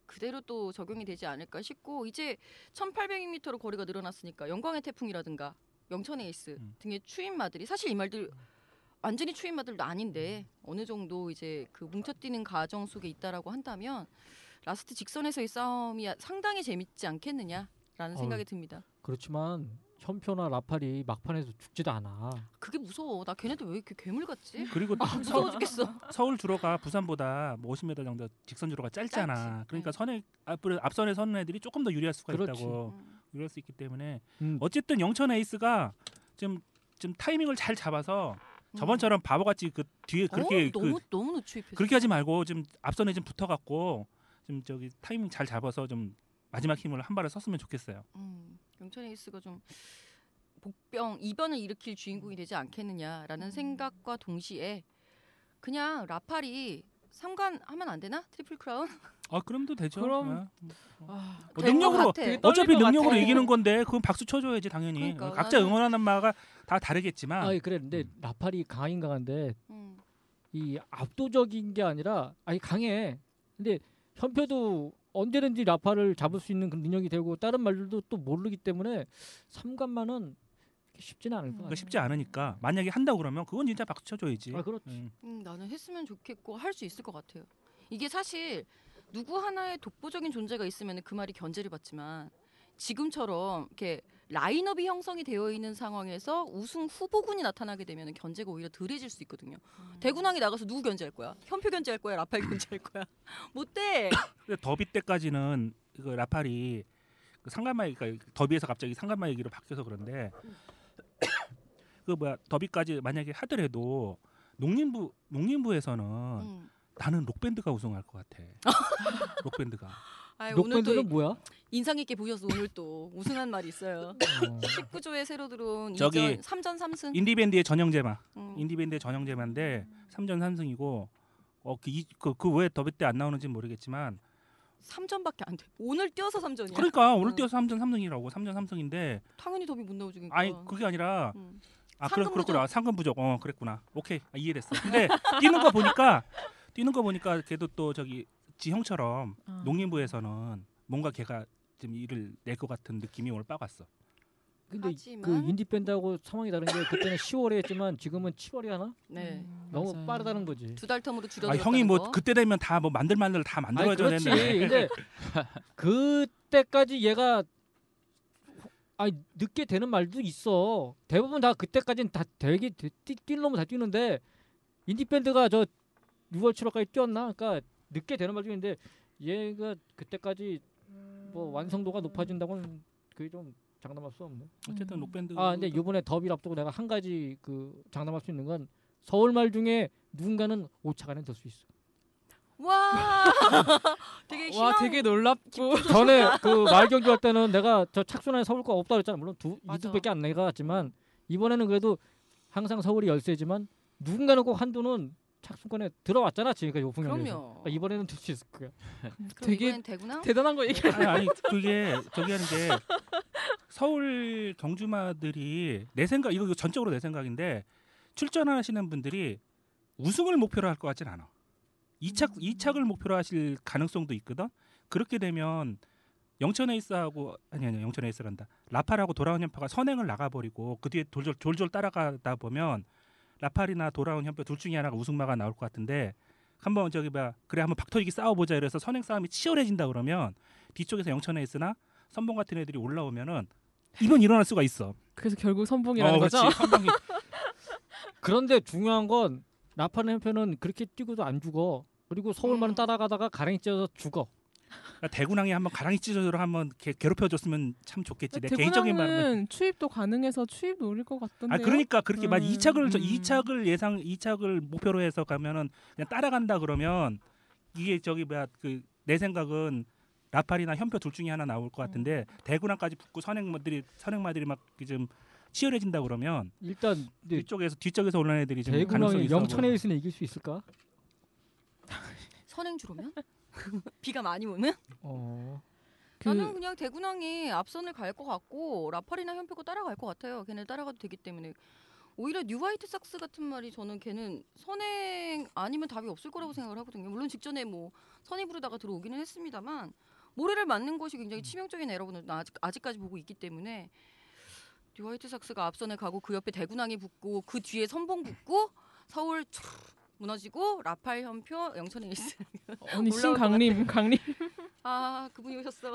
Speaker 4: 그대로 또 적용이 되지 않을까 싶고 이제 1,800m로 거리가 늘어났으니까 영광의 태풍이라든가 영천의 에이스
Speaker 6: 음.
Speaker 4: 등의 추임마들이 사실 이 말들 완전히 추임마들도 아닌데
Speaker 6: 음.
Speaker 4: 어느 정도 이제 그 뭉쳐뛰는 과정 속에 있다라고 한다면 라스트 직선에서의 싸움이 상당히 재밌지 않겠느냐라는
Speaker 5: 어우.
Speaker 4: 생각이 듭니다.
Speaker 5: 그렇지만 현표나 라팔이 막판에서 죽지도 않아.
Speaker 4: 그게 무서워. 나 걔네들 왜 이렇게 괴물 같지?
Speaker 6: 그리고 또
Speaker 4: 무서워 죽겠어.
Speaker 6: 서울 주로가 부산보다 뭐 50m 정도 직선 주로가 짧잖아.
Speaker 4: 짧지.
Speaker 6: 그러니까
Speaker 4: 네.
Speaker 6: 선에 앞으로 앞선에 서는 애들이 조금 더 유리할 수가
Speaker 5: 그렇지.
Speaker 6: 있다고
Speaker 4: 음.
Speaker 6: 유리할 수 있기 때문에
Speaker 5: 음,
Speaker 6: 어쨌든 영천 에이스가 좀, 좀 타이밍을 잘 잡아서 저번처럼 바보같이 그 뒤에 그렇게
Speaker 4: 어?
Speaker 6: 그,
Speaker 4: 너무 너무 노출입했어.
Speaker 6: 그렇게 하지 말고 좀 앞선에 좀 붙어갖고 좀 저기 타이밍 잘 잡아서 좀 마지막 힘을 한 발을 썼으면 좋겠어요.
Speaker 4: 음, 영천 에이스가 좀 복병 이변을 일으킬 주인공이 되지 않겠느냐라는 생각과 동시에 그냥 라팔이 상관하면 안 되나 트리플 크라운
Speaker 6: 아 그럼도 되죠.
Speaker 2: 그럼-
Speaker 6: 네.
Speaker 2: *laughs* 아,
Speaker 6: 어,
Speaker 4: 될것
Speaker 6: 능력으로
Speaker 4: 같아.
Speaker 2: 되게
Speaker 6: 어차피
Speaker 2: 떨릴 것
Speaker 6: 능력으로
Speaker 2: 같아.
Speaker 6: 이기는 건데 그건 박수 쳐줘야지 당연히.
Speaker 4: 그러니까,
Speaker 6: 각자
Speaker 4: 나는-
Speaker 6: 응원하는 마가 다 다르겠지만
Speaker 5: 아 그래 근데
Speaker 6: 음.
Speaker 5: 라팔이 강하긴 강한데
Speaker 4: 음,
Speaker 5: 이 압도적인 게 아니라 아니 강해. 근데 현표도 언제든지 라파를 잡을 수 있는 그런 능력이 되고 다른 말들도 또 모르기 때문에 삼관만은 쉽지는 않을 것
Speaker 6: 그러니까
Speaker 5: 같아요.
Speaker 6: 쉽지 않으니까 만약에 한다 그러면 그건 진짜 박수 쳐줘야지.
Speaker 5: 아 그렇지.
Speaker 6: 음.
Speaker 4: 음, 나는 했으면 좋겠고 할 수 있을 것 같아요. 이게 사실 누구 하나의 독보적인 존재가 있으면 그 말이 견제를 받지만 지금처럼 이렇게 라인업이 형성이 되어 있는 상황에서 우승 후보군이 나타나게 되면 견제가 오히려 덜해질 수 있거든요.
Speaker 6: 음.
Speaker 4: 대군항이 나가서 누구 견제할 거야? 현표 견제할 거야? 라팔 견제할 거야? *laughs* 뭐 못돼.
Speaker 6: *coughs* 근데 더비 때까지는 그 라팔이 그 상간마이 그러니까 더비에서 갑자기 상간마이기로 바뀌어서 그런데 *coughs* 그 뭐야 더비까지 만약에 하더라도 농림부 농림부에서는
Speaker 4: 음.
Speaker 6: 나는 록밴드가 우승할
Speaker 4: *laughs*
Speaker 6: 것 같아. 록밴드가.
Speaker 4: 아이, 오늘 또 *laughs*
Speaker 5: 록밴드는 뭐야?
Speaker 4: 인상 깊게 보셔서 오늘 또 우승한 말이 있어요.
Speaker 5: 어.
Speaker 4: 19조에 새로 들어온
Speaker 6: 저기-
Speaker 4: 2전 3전 3승.
Speaker 6: 인디밴드의 전형제마.
Speaker 4: 음.
Speaker 6: 인디밴드의 전형제마인데 3전 3승이고 어, 어그그왜 더비 때 안 나오는지 는 모르겠지만
Speaker 4: 3전밖에 안 돼. 오늘 뛰어서 3전이야.
Speaker 6: 그러니까 오늘
Speaker 4: 음.
Speaker 6: 뛰어서 3전 3승이라고 3전 3승인데
Speaker 4: 당연히 더비 못 나오지 그러니까.
Speaker 6: 아니 그게 아니라
Speaker 4: 음.
Speaker 6: 아
Speaker 4: 상금
Speaker 6: 그래 그렇구나 상금 부족 어 그랬구나 오케이 아, 이해됐어 근데 뛰는 거 보니까 뛰는 거 보니까 걔도 또 저기 지형처럼
Speaker 5: 어.
Speaker 2: 아.
Speaker 6: 농림부에서는 뭔가 걔가 좀 일을 낼 것 같은 느낌이 오늘 빠갔어
Speaker 5: 근데
Speaker 4: 하지만-
Speaker 5: 그 인디 밴드하고 상황이 다른 게 그때는 10월에 했지만 지금은 7월에 하나?
Speaker 2: 음.
Speaker 4: 네.
Speaker 5: 너무
Speaker 2: 맞아요.
Speaker 5: 빠르다는 거지.
Speaker 4: 두 달 텀으로 줄여
Speaker 6: 아 형이 뭐 그때 되면 다 뭐 만들 만들 다
Speaker 5: 아니
Speaker 6: 만들어야
Speaker 5: 그렇지. 음.
Speaker 2: *laughs*
Speaker 6: 되는데
Speaker 5: 근데 그때까지 얘가 아니 늦게 되는 말도 있어. 대부분 다 그때까지는 다 되게 되- 뛰- 뛸 놈은 다 뛰는데 인디 밴드가 저 6월 7월까지 뛰었나? 그러니까 늦게 되는 말도 있는데 얘가 그때까지 뭐 완성도가 높아진다고는 그게 좀 장담할 수 없네.
Speaker 6: 어쨌든
Speaker 2: 음.
Speaker 6: 록밴드
Speaker 5: 아 근데 요번에 더비를 앞두고 내가 한 가지 그 장담할 수 있는 건 서울 말 중에 누군가는 오차간에 들 수
Speaker 6: *laughs*
Speaker 5: 있어.
Speaker 4: 와 되게 희망
Speaker 2: 와 되게 놀랍고
Speaker 5: 전에 그 말경주 할 때는 내가 저 착순환에 서울 거 없다 그랬잖아. 물론 두
Speaker 4: 맞아.
Speaker 5: 이두밖에 안 내갔지만 이번에는 그래도 항상 서울이 열세지만 누군가는 꼭 한두는 착순권에 들어왔잖아 지금까지 오픈 경기에서.
Speaker 4: 그럼요.
Speaker 5: 그러니까 이번에는 들 수 있을 거야.
Speaker 4: 그럼
Speaker 2: *laughs* 되게-
Speaker 4: 이번엔 대구나?
Speaker 2: 대단한 거
Speaker 4: 네.
Speaker 2: 얘기하는
Speaker 6: 아니, 아니 그게 저기 하는 게 서울 경주마들이 내 생각 이거 전적으로 내 생각인데 출전하시는 분들이 우승을 목표로 할 것 같진 않아. 이착이착을 목표로 하실 가능성도 있거든. 그렇게 되면 영천 에이스하고 아니 아니 영천 에이스란다. 라팔하고 돌아온 현파가 선행을 나가버리고 그 뒤에 돌졸 졸졸 따라가다 보면 라팔이나 돌아온 현파 둘 중에 하나가 우승마가 나올 것 같은데 한번 저기 봐 그래 한번 박터이기 싸워보자 이래서 선행 싸움이 치열해진다 그러면 뒤쪽에서 영천 에이스나 선봉 같은 애들이 올라오면은 이번 일어날 수가 있어.
Speaker 2: 그래서 결국 선봉이라는
Speaker 6: 어, 그렇지.
Speaker 2: 거죠.
Speaker 6: 선봉이
Speaker 5: 그런데 중요한 건 라파르 형편은 그렇게 뛰고도 안 죽어. 그리고 서울만은
Speaker 4: 음.
Speaker 5: 따라가다가 가랭이 찢어서 죽어.
Speaker 6: 그러니까 대군항이 한번 가랑이 찢어서 한번 개- 괴롭혀줬으면 참 좋겠지. 내 개인적인 말은.
Speaker 2: 대구랑은 추입도 가능해서 추입 노릴 것 같던데요.
Speaker 6: 아 그러니까 그렇게 만약
Speaker 2: 음,
Speaker 6: 이착을저
Speaker 2: 음.
Speaker 6: 이착을 예상 이착을 목표로 해서 가면은 그냥 따라간다 그러면 이게 저기 뭐야 그 내 생각은 라팔이나 현표 둘 중에 하나 나올
Speaker 2: 음.
Speaker 6: 것 같은데 대군항까지 붙고 선행마들이 선행마들이 막 좀 치열해진다 그러면
Speaker 5: 일단 근데
Speaker 6: 뒤쪽에서 뒤쪽에서 올라온 애들이 좀 가능성이
Speaker 5: 대구랑이
Speaker 6: 있어.
Speaker 5: 영천에
Speaker 6: 보여.
Speaker 5: 있으면 이길 수 있을까?
Speaker 4: 선행주로면? 비가 많이 오면?
Speaker 5: 어.
Speaker 2: 그-
Speaker 4: 나는 그냥 대군항이 앞선을 갈 것 같고 라팔이나 현표가 따라갈 것 같아요. 걔네 따라가도 되기 때문에 오히려 뉴화이트 삭스 같은 말이 저는 걔는 선행 아니면 답이 없을 거라고 생각을 하거든요. 물론 직전에 뭐 선행 부르다가 들어오기는 했습니다만 모래를 맞는 것이 굉장히 치명적인 에러고 는 아직 아직까지 보고 있기 때문에 뉴화이트 삭스가 앞선에 가고 그 옆에 대군항이 붙고 그 뒤에 선봉 붙고 서울 촤 무너지고 라팔 현표 영천 에이스
Speaker 2: 아니
Speaker 4: 올라올
Speaker 2: 신강림 강림
Speaker 4: *laughs* 아 그분이 오셨어.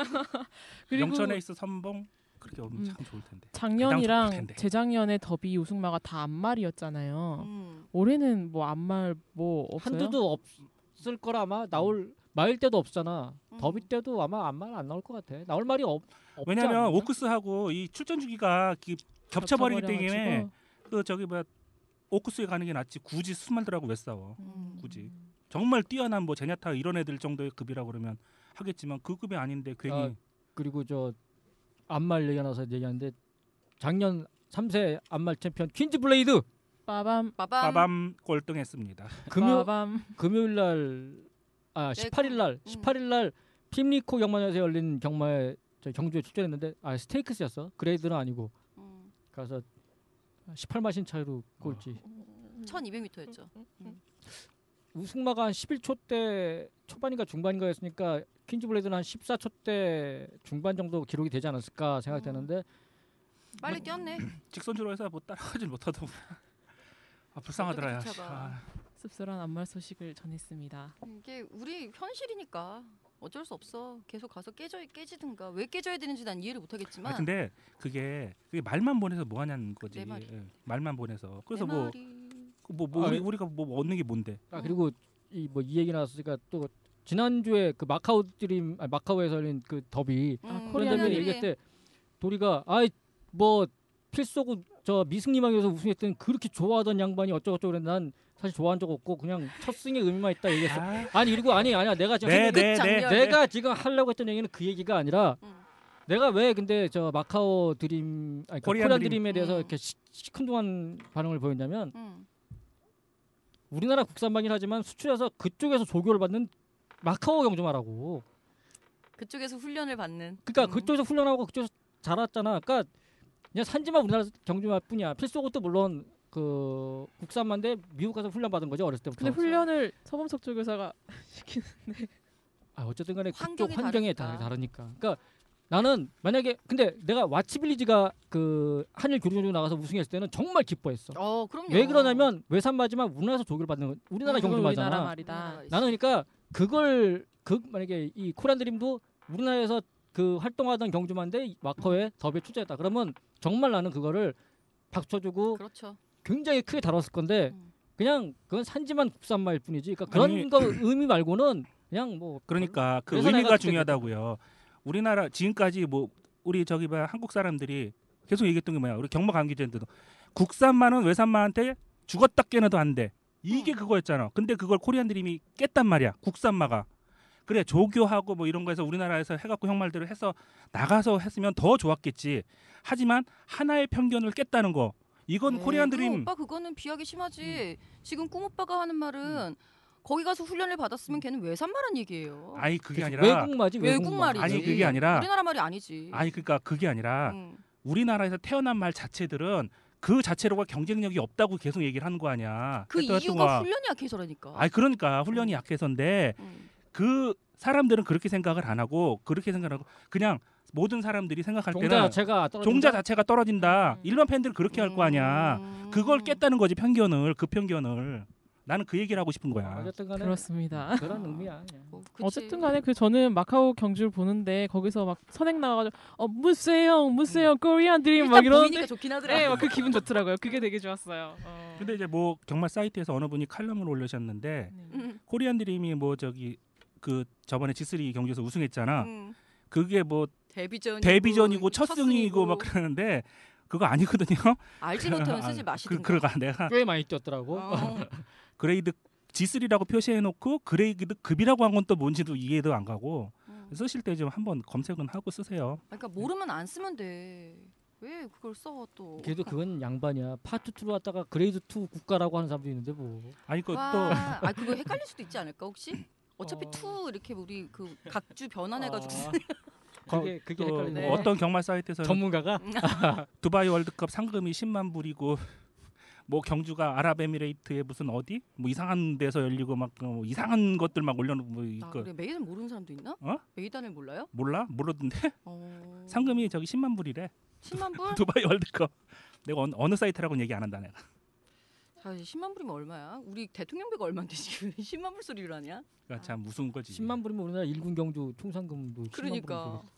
Speaker 2: 그리고
Speaker 6: 영천에 있어 선봉 그렇게 오면
Speaker 2: 음.
Speaker 6: 참 좋을 텐데. 부담스러울
Speaker 2: 작년이랑
Speaker 6: 텐데.
Speaker 2: 재작년에 더비 우승마가 다 안말이었잖아요.
Speaker 4: 음.
Speaker 2: 올해는 뭐 안말 뭐 없어요?
Speaker 5: 한두도 없을 거라 아마 나올 말 때도 없잖아.
Speaker 4: 음.
Speaker 5: 더비 때도 아마 아무 말안 나올 것 같아. 나올 말이 없. 없지 않나?
Speaker 6: 왜냐하면 오크스하고 이 출전 주기가 기- 겹쳐버리기 때문에
Speaker 2: 겹쳐버려가지고.
Speaker 6: 그 저기 뭐야 오크스에 가는 게 낫지 굳이 스말들하고 왜 싸워
Speaker 4: 음.
Speaker 6: 굳이 정말 뛰어난 뭐 제냐타 이런 애들 정도의 급이라고 그러면 하겠지만 그 급이 아닌데 괜히
Speaker 5: 아, 그리고 저 안말 얘기 나서 얘기하는데 작년 3세 안말 챔피언 퀸즈 블레이드
Speaker 2: 빠밤
Speaker 4: 빠밤.
Speaker 6: 빠밤 꼴등했습니다. *laughs*
Speaker 5: 금요
Speaker 2: 빠밤
Speaker 5: 금요일 날, 아
Speaker 4: 네,
Speaker 5: 18일 날,
Speaker 4: 음.
Speaker 5: 18일 날 핌리코 경마장에서 열린 경마에 저 경주에 출전했는데 아 스테이크스였어. 그레이드는 아니고
Speaker 4: 음.
Speaker 5: 가서 18마신 차이로 꼴찌.
Speaker 4: 1200m였죠.
Speaker 5: 우승마가 한 11초 대 초반인가 중반인가 했으니까 퀸즈블레이드는 한 14초 대 중반 정도 기록이 되지 않았을까
Speaker 2: 음.
Speaker 5: 생각되는데
Speaker 4: 빨리 뛰었네.
Speaker 6: 직선주로 해서 뭐 따라가질 못하더군. *laughs* 아 불쌍하더라. 야.
Speaker 4: 어떻게 쫓아가.
Speaker 6: 아,
Speaker 2: 씁쓸한 안말 소식을 전했습니다.
Speaker 4: 이게 우리 현실이니까 어쩔 수 없어. 계속 가서 깨져 깨지든가 왜 깨져야 되는지 난 이해를 못 하겠지만.
Speaker 6: 아 근데 그게 그게 말만 보내서 뭐 하냐는 거지.
Speaker 4: 내 말이.
Speaker 6: 예, 말만 보내서
Speaker 4: 내
Speaker 6: 그래서 뭐뭐
Speaker 4: 말이.
Speaker 6: 뭐, 뭐
Speaker 5: 아,
Speaker 6: 우리,
Speaker 5: 예.
Speaker 6: 우리가 뭐 얻는 게 뭔데?
Speaker 2: 음.
Speaker 5: 아 그리고 이 뭐 이 얘기 나왔으니까 또 지난주에 그 마카오 드림 아, 마카오에서 열린 그 더비
Speaker 2: 아,
Speaker 4: 음,
Speaker 5: 그런 다음에
Speaker 2: 코리안이.
Speaker 5: 얘기할 때 도리가 아이 뭐 필쏘고 저 미승님하고서 우승했던 그렇게 좋아하던 양반이 어쩌고저쩌고 그랬는데 난 사실 좋아한 적 없고 그냥 첫 승의 의미만 있다 얘기했어.
Speaker 6: 아,
Speaker 5: 아니 그리고 아니 아니야 내가 지금
Speaker 6: 네,
Speaker 4: 끝
Speaker 6: 네, 네.
Speaker 4: 장면.
Speaker 5: 내가 지금 하려고 했던 얘기는 그 얘기가 아니라
Speaker 4: 음.
Speaker 5: 내가 왜 근데 저 마카오 드림 아니 그
Speaker 6: 코리안
Speaker 5: 코리안
Speaker 6: 드림.
Speaker 5: 드림에 대해서
Speaker 4: 음.
Speaker 5: 이렇게 시, 시큰둥한 반응을 보였냐면
Speaker 4: 음.
Speaker 5: 우리나라 국산방이긴 하지만 수출해서 그쪽에서 조교를 받는 마카오 경주마라고.
Speaker 4: 그쪽에서 훈련을 받는.
Speaker 5: 그러니까
Speaker 4: 음.
Speaker 5: 그쪽에서 훈련하고 그쪽에서 자랐잖아. 그러니까 그냥 산지만 우리나라 경주마뿐이야. 필소고도 물론 그 국산만데 미국 가서 훈련 받은 거죠 어렸을 때부터.
Speaker 2: 근데 훈련을 서범석 조교사가 시키는데
Speaker 5: 아, 어쨌든간에 그쪽
Speaker 4: 환경이
Speaker 5: 환경에
Speaker 4: 다르니까.
Speaker 5: 다르니까. 다르니까. 그러니까 나는 만약에 근데 내가 와치빌리지가 그 한일 교류전으로 나가서 우승했을 때는 정말 기뻐했어.
Speaker 4: 어 그럼요.
Speaker 5: 왜 그러냐면 외산마지만 우리나라에서 조교를 받는 건 우리나라
Speaker 2: 네, 그건 우리나라
Speaker 5: 경주마잖아.
Speaker 2: 말이다.
Speaker 4: 우리나라의
Speaker 5: 나는 그러니까 그걸 그 만약에 이 코리안 드림도 우리나라에서 그 활동하던 경주만데 마커에 더비에 출전했다 그러면 정말 나는 그거를 박쳐주고
Speaker 4: 그렇죠.
Speaker 5: 굉장히 크게 다뤘을 건데
Speaker 4: 음.
Speaker 5: 그냥 그건 산지만 국산마일 뿐이지 그러니까 그런
Speaker 6: 아니,
Speaker 5: 거 의미 말고는 그냥 뭐
Speaker 6: 그러니까 그
Speaker 5: 그래서 내가
Speaker 6: 의미가
Speaker 5: 그때
Speaker 6: 중요하다고요. 우리나라 지금까지 뭐 우리 저기 봐 한국 사람들이 계속 얘기했던 게 뭐야? 우리 경마 관계자들도 국산만은 외산마한테 죽었다 깨나도 안 돼. 이게 그거였잖아. 근데 그걸 코리안들이 이미 깼단 말이야. 국산마가. 그래 조교하고 뭐 이런 거에서 우리나라에서 해갖고 형말대로 해서 나가서 했으면 더 좋았겠지. 하지만 하나의 편견을 깼다는 거. 이건 코리안
Speaker 4: 네. 그럼
Speaker 6: 드림.
Speaker 4: 오빠 그거는 비하기 심하지. 지금 꿈 오빠가 하는 말은 거기 가서 훈련을 받았으면 걔는 외산말한 얘기예요.
Speaker 6: 아니 그게 아니라.
Speaker 5: 외국 말이지
Speaker 4: 외국 말이지.
Speaker 6: 아니, 그게 아니라-
Speaker 4: 우리나라 말이 아니지.
Speaker 6: 아니 그러니까 그게 아니라
Speaker 4: 음.
Speaker 6: 우리나라에서 태어난 말 자체들은 그 자체로가 경쟁력이 없다고 계속 얘기를 하는 거 아니야.
Speaker 4: 그
Speaker 6: 했던
Speaker 4: 이유가
Speaker 6: 활동과.
Speaker 4: 훈련이 약해서라니까.
Speaker 6: 아니 그러니까 훈련이 약해서인데
Speaker 4: 음.
Speaker 6: 그 사람들은 그렇게 생각을 안 하고 그렇게 생각하고 그냥 모든 사람들이 생각할
Speaker 5: 종자
Speaker 6: 때는
Speaker 5: 자체가 떨어진다?
Speaker 6: 종자 자체가 떨어진다.
Speaker 2: 음.
Speaker 6: 일반 팬들은 그렇게 할 거 아니야.
Speaker 4: 음.
Speaker 6: 그걸 깼다는 거지 편견을 그 편견을. 나는 그 얘기를 하고 싶은
Speaker 4: 아,
Speaker 6: 거야.
Speaker 4: 그렇죠.
Speaker 5: 어쨌든 간에
Speaker 2: 그렇습니다.
Speaker 5: 그런 의미야. 예.
Speaker 4: 뭐, 그치.
Speaker 2: 어쨌든 간에 그 저는 마카오 경주를 보는데 거기서 막 선행 나와가지고 어 무세형 무세형 코리안 드림
Speaker 4: 음. 일단
Speaker 2: 막 이러는데
Speaker 4: 보이니까 좋긴 하더라.
Speaker 2: 네, 막 그 기분 좋더라고요. 그게 되게 좋았어요. 어.
Speaker 6: 근데 이제 뭐 정말 사이트에서 어느 분이 칼럼을 올리셨는데
Speaker 2: 네.
Speaker 4: 음.
Speaker 6: 코리안 드림이 뭐 저기 그 저번에 G3 경기에서 우승했잖아.
Speaker 4: 음.
Speaker 6: 그게 뭐
Speaker 4: 데뷔전
Speaker 6: 데뷔전이고 첫 승이고 막 그러는데 그거 아니거든요.
Speaker 4: 알지 못하면
Speaker 6: *laughs* 아,
Speaker 4: 쓰지
Speaker 6: 그,
Speaker 4: 마시든가.
Speaker 6: 그러가 내가
Speaker 5: 꽤 많이 뛰었더라고.
Speaker 4: 어.
Speaker 6: 그레이드 G3라고 표시해놓고 그레이드 급이라고 한 건 또 뭔지도 이해도 안 가고 *laughs*
Speaker 4: 음.
Speaker 6: 쓰실 때 좀 한번 검색은 하고 쓰세요.
Speaker 4: 그러니까 모르면 안 쓰면 돼. 왜 그걸 써 또?
Speaker 5: 그래도 그건 양반이야. 파트 2로 왔다가 그레이드 2 국가라고 하는 사람도 있는데 뭐.
Speaker 6: 아니 그또
Speaker 4: 와, 아 그거 헷갈릴 수도 있지 않을까
Speaker 6: *laughs*
Speaker 4: 혹시? 어차피
Speaker 5: 어.
Speaker 4: 투 이렇게 우리 그 각주 변환해가지고
Speaker 6: 어.
Speaker 4: 쓰-
Speaker 5: 아, *laughs* 그게 그게
Speaker 6: 또
Speaker 5: 헷갈리네. 음.
Speaker 6: 뭐 어떤 경마 사이트에서 는
Speaker 5: 전문가가
Speaker 4: 음. 아,
Speaker 6: 두바이 월드컵 상금이 10만 불이고 뭐 경주가 아랍에미레이트의 무슨 어디 뭐 이상한 데서 열리고 막뭐 이상한 것들 막 올려놓고 뭐
Speaker 4: 아,
Speaker 6: 이거
Speaker 4: 그래 메이단 모르는 사람도 있나?
Speaker 6: 어?
Speaker 4: 메이단을 몰라요?
Speaker 6: 몰라 모르던데 *laughs*
Speaker 4: 어.
Speaker 6: 상금이 저기 10만 불이래
Speaker 4: 10만 불?
Speaker 6: 두바이 월드컵 내가 어, 어느 사이트라고는 얘기 안 한다 내가
Speaker 4: 자, 10만 불이면 얼마야? 우리 대통령배가 얼마인데 지금 *laughs* 10만 불 소리를 하냐?
Speaker 6: 그러니까 참 무슨 거지
Speaker 5: 10만 불이면 우리나라 일군 경주 총상금도 10만
Speaker 4: 그러니까.
Speaker 5: 불이면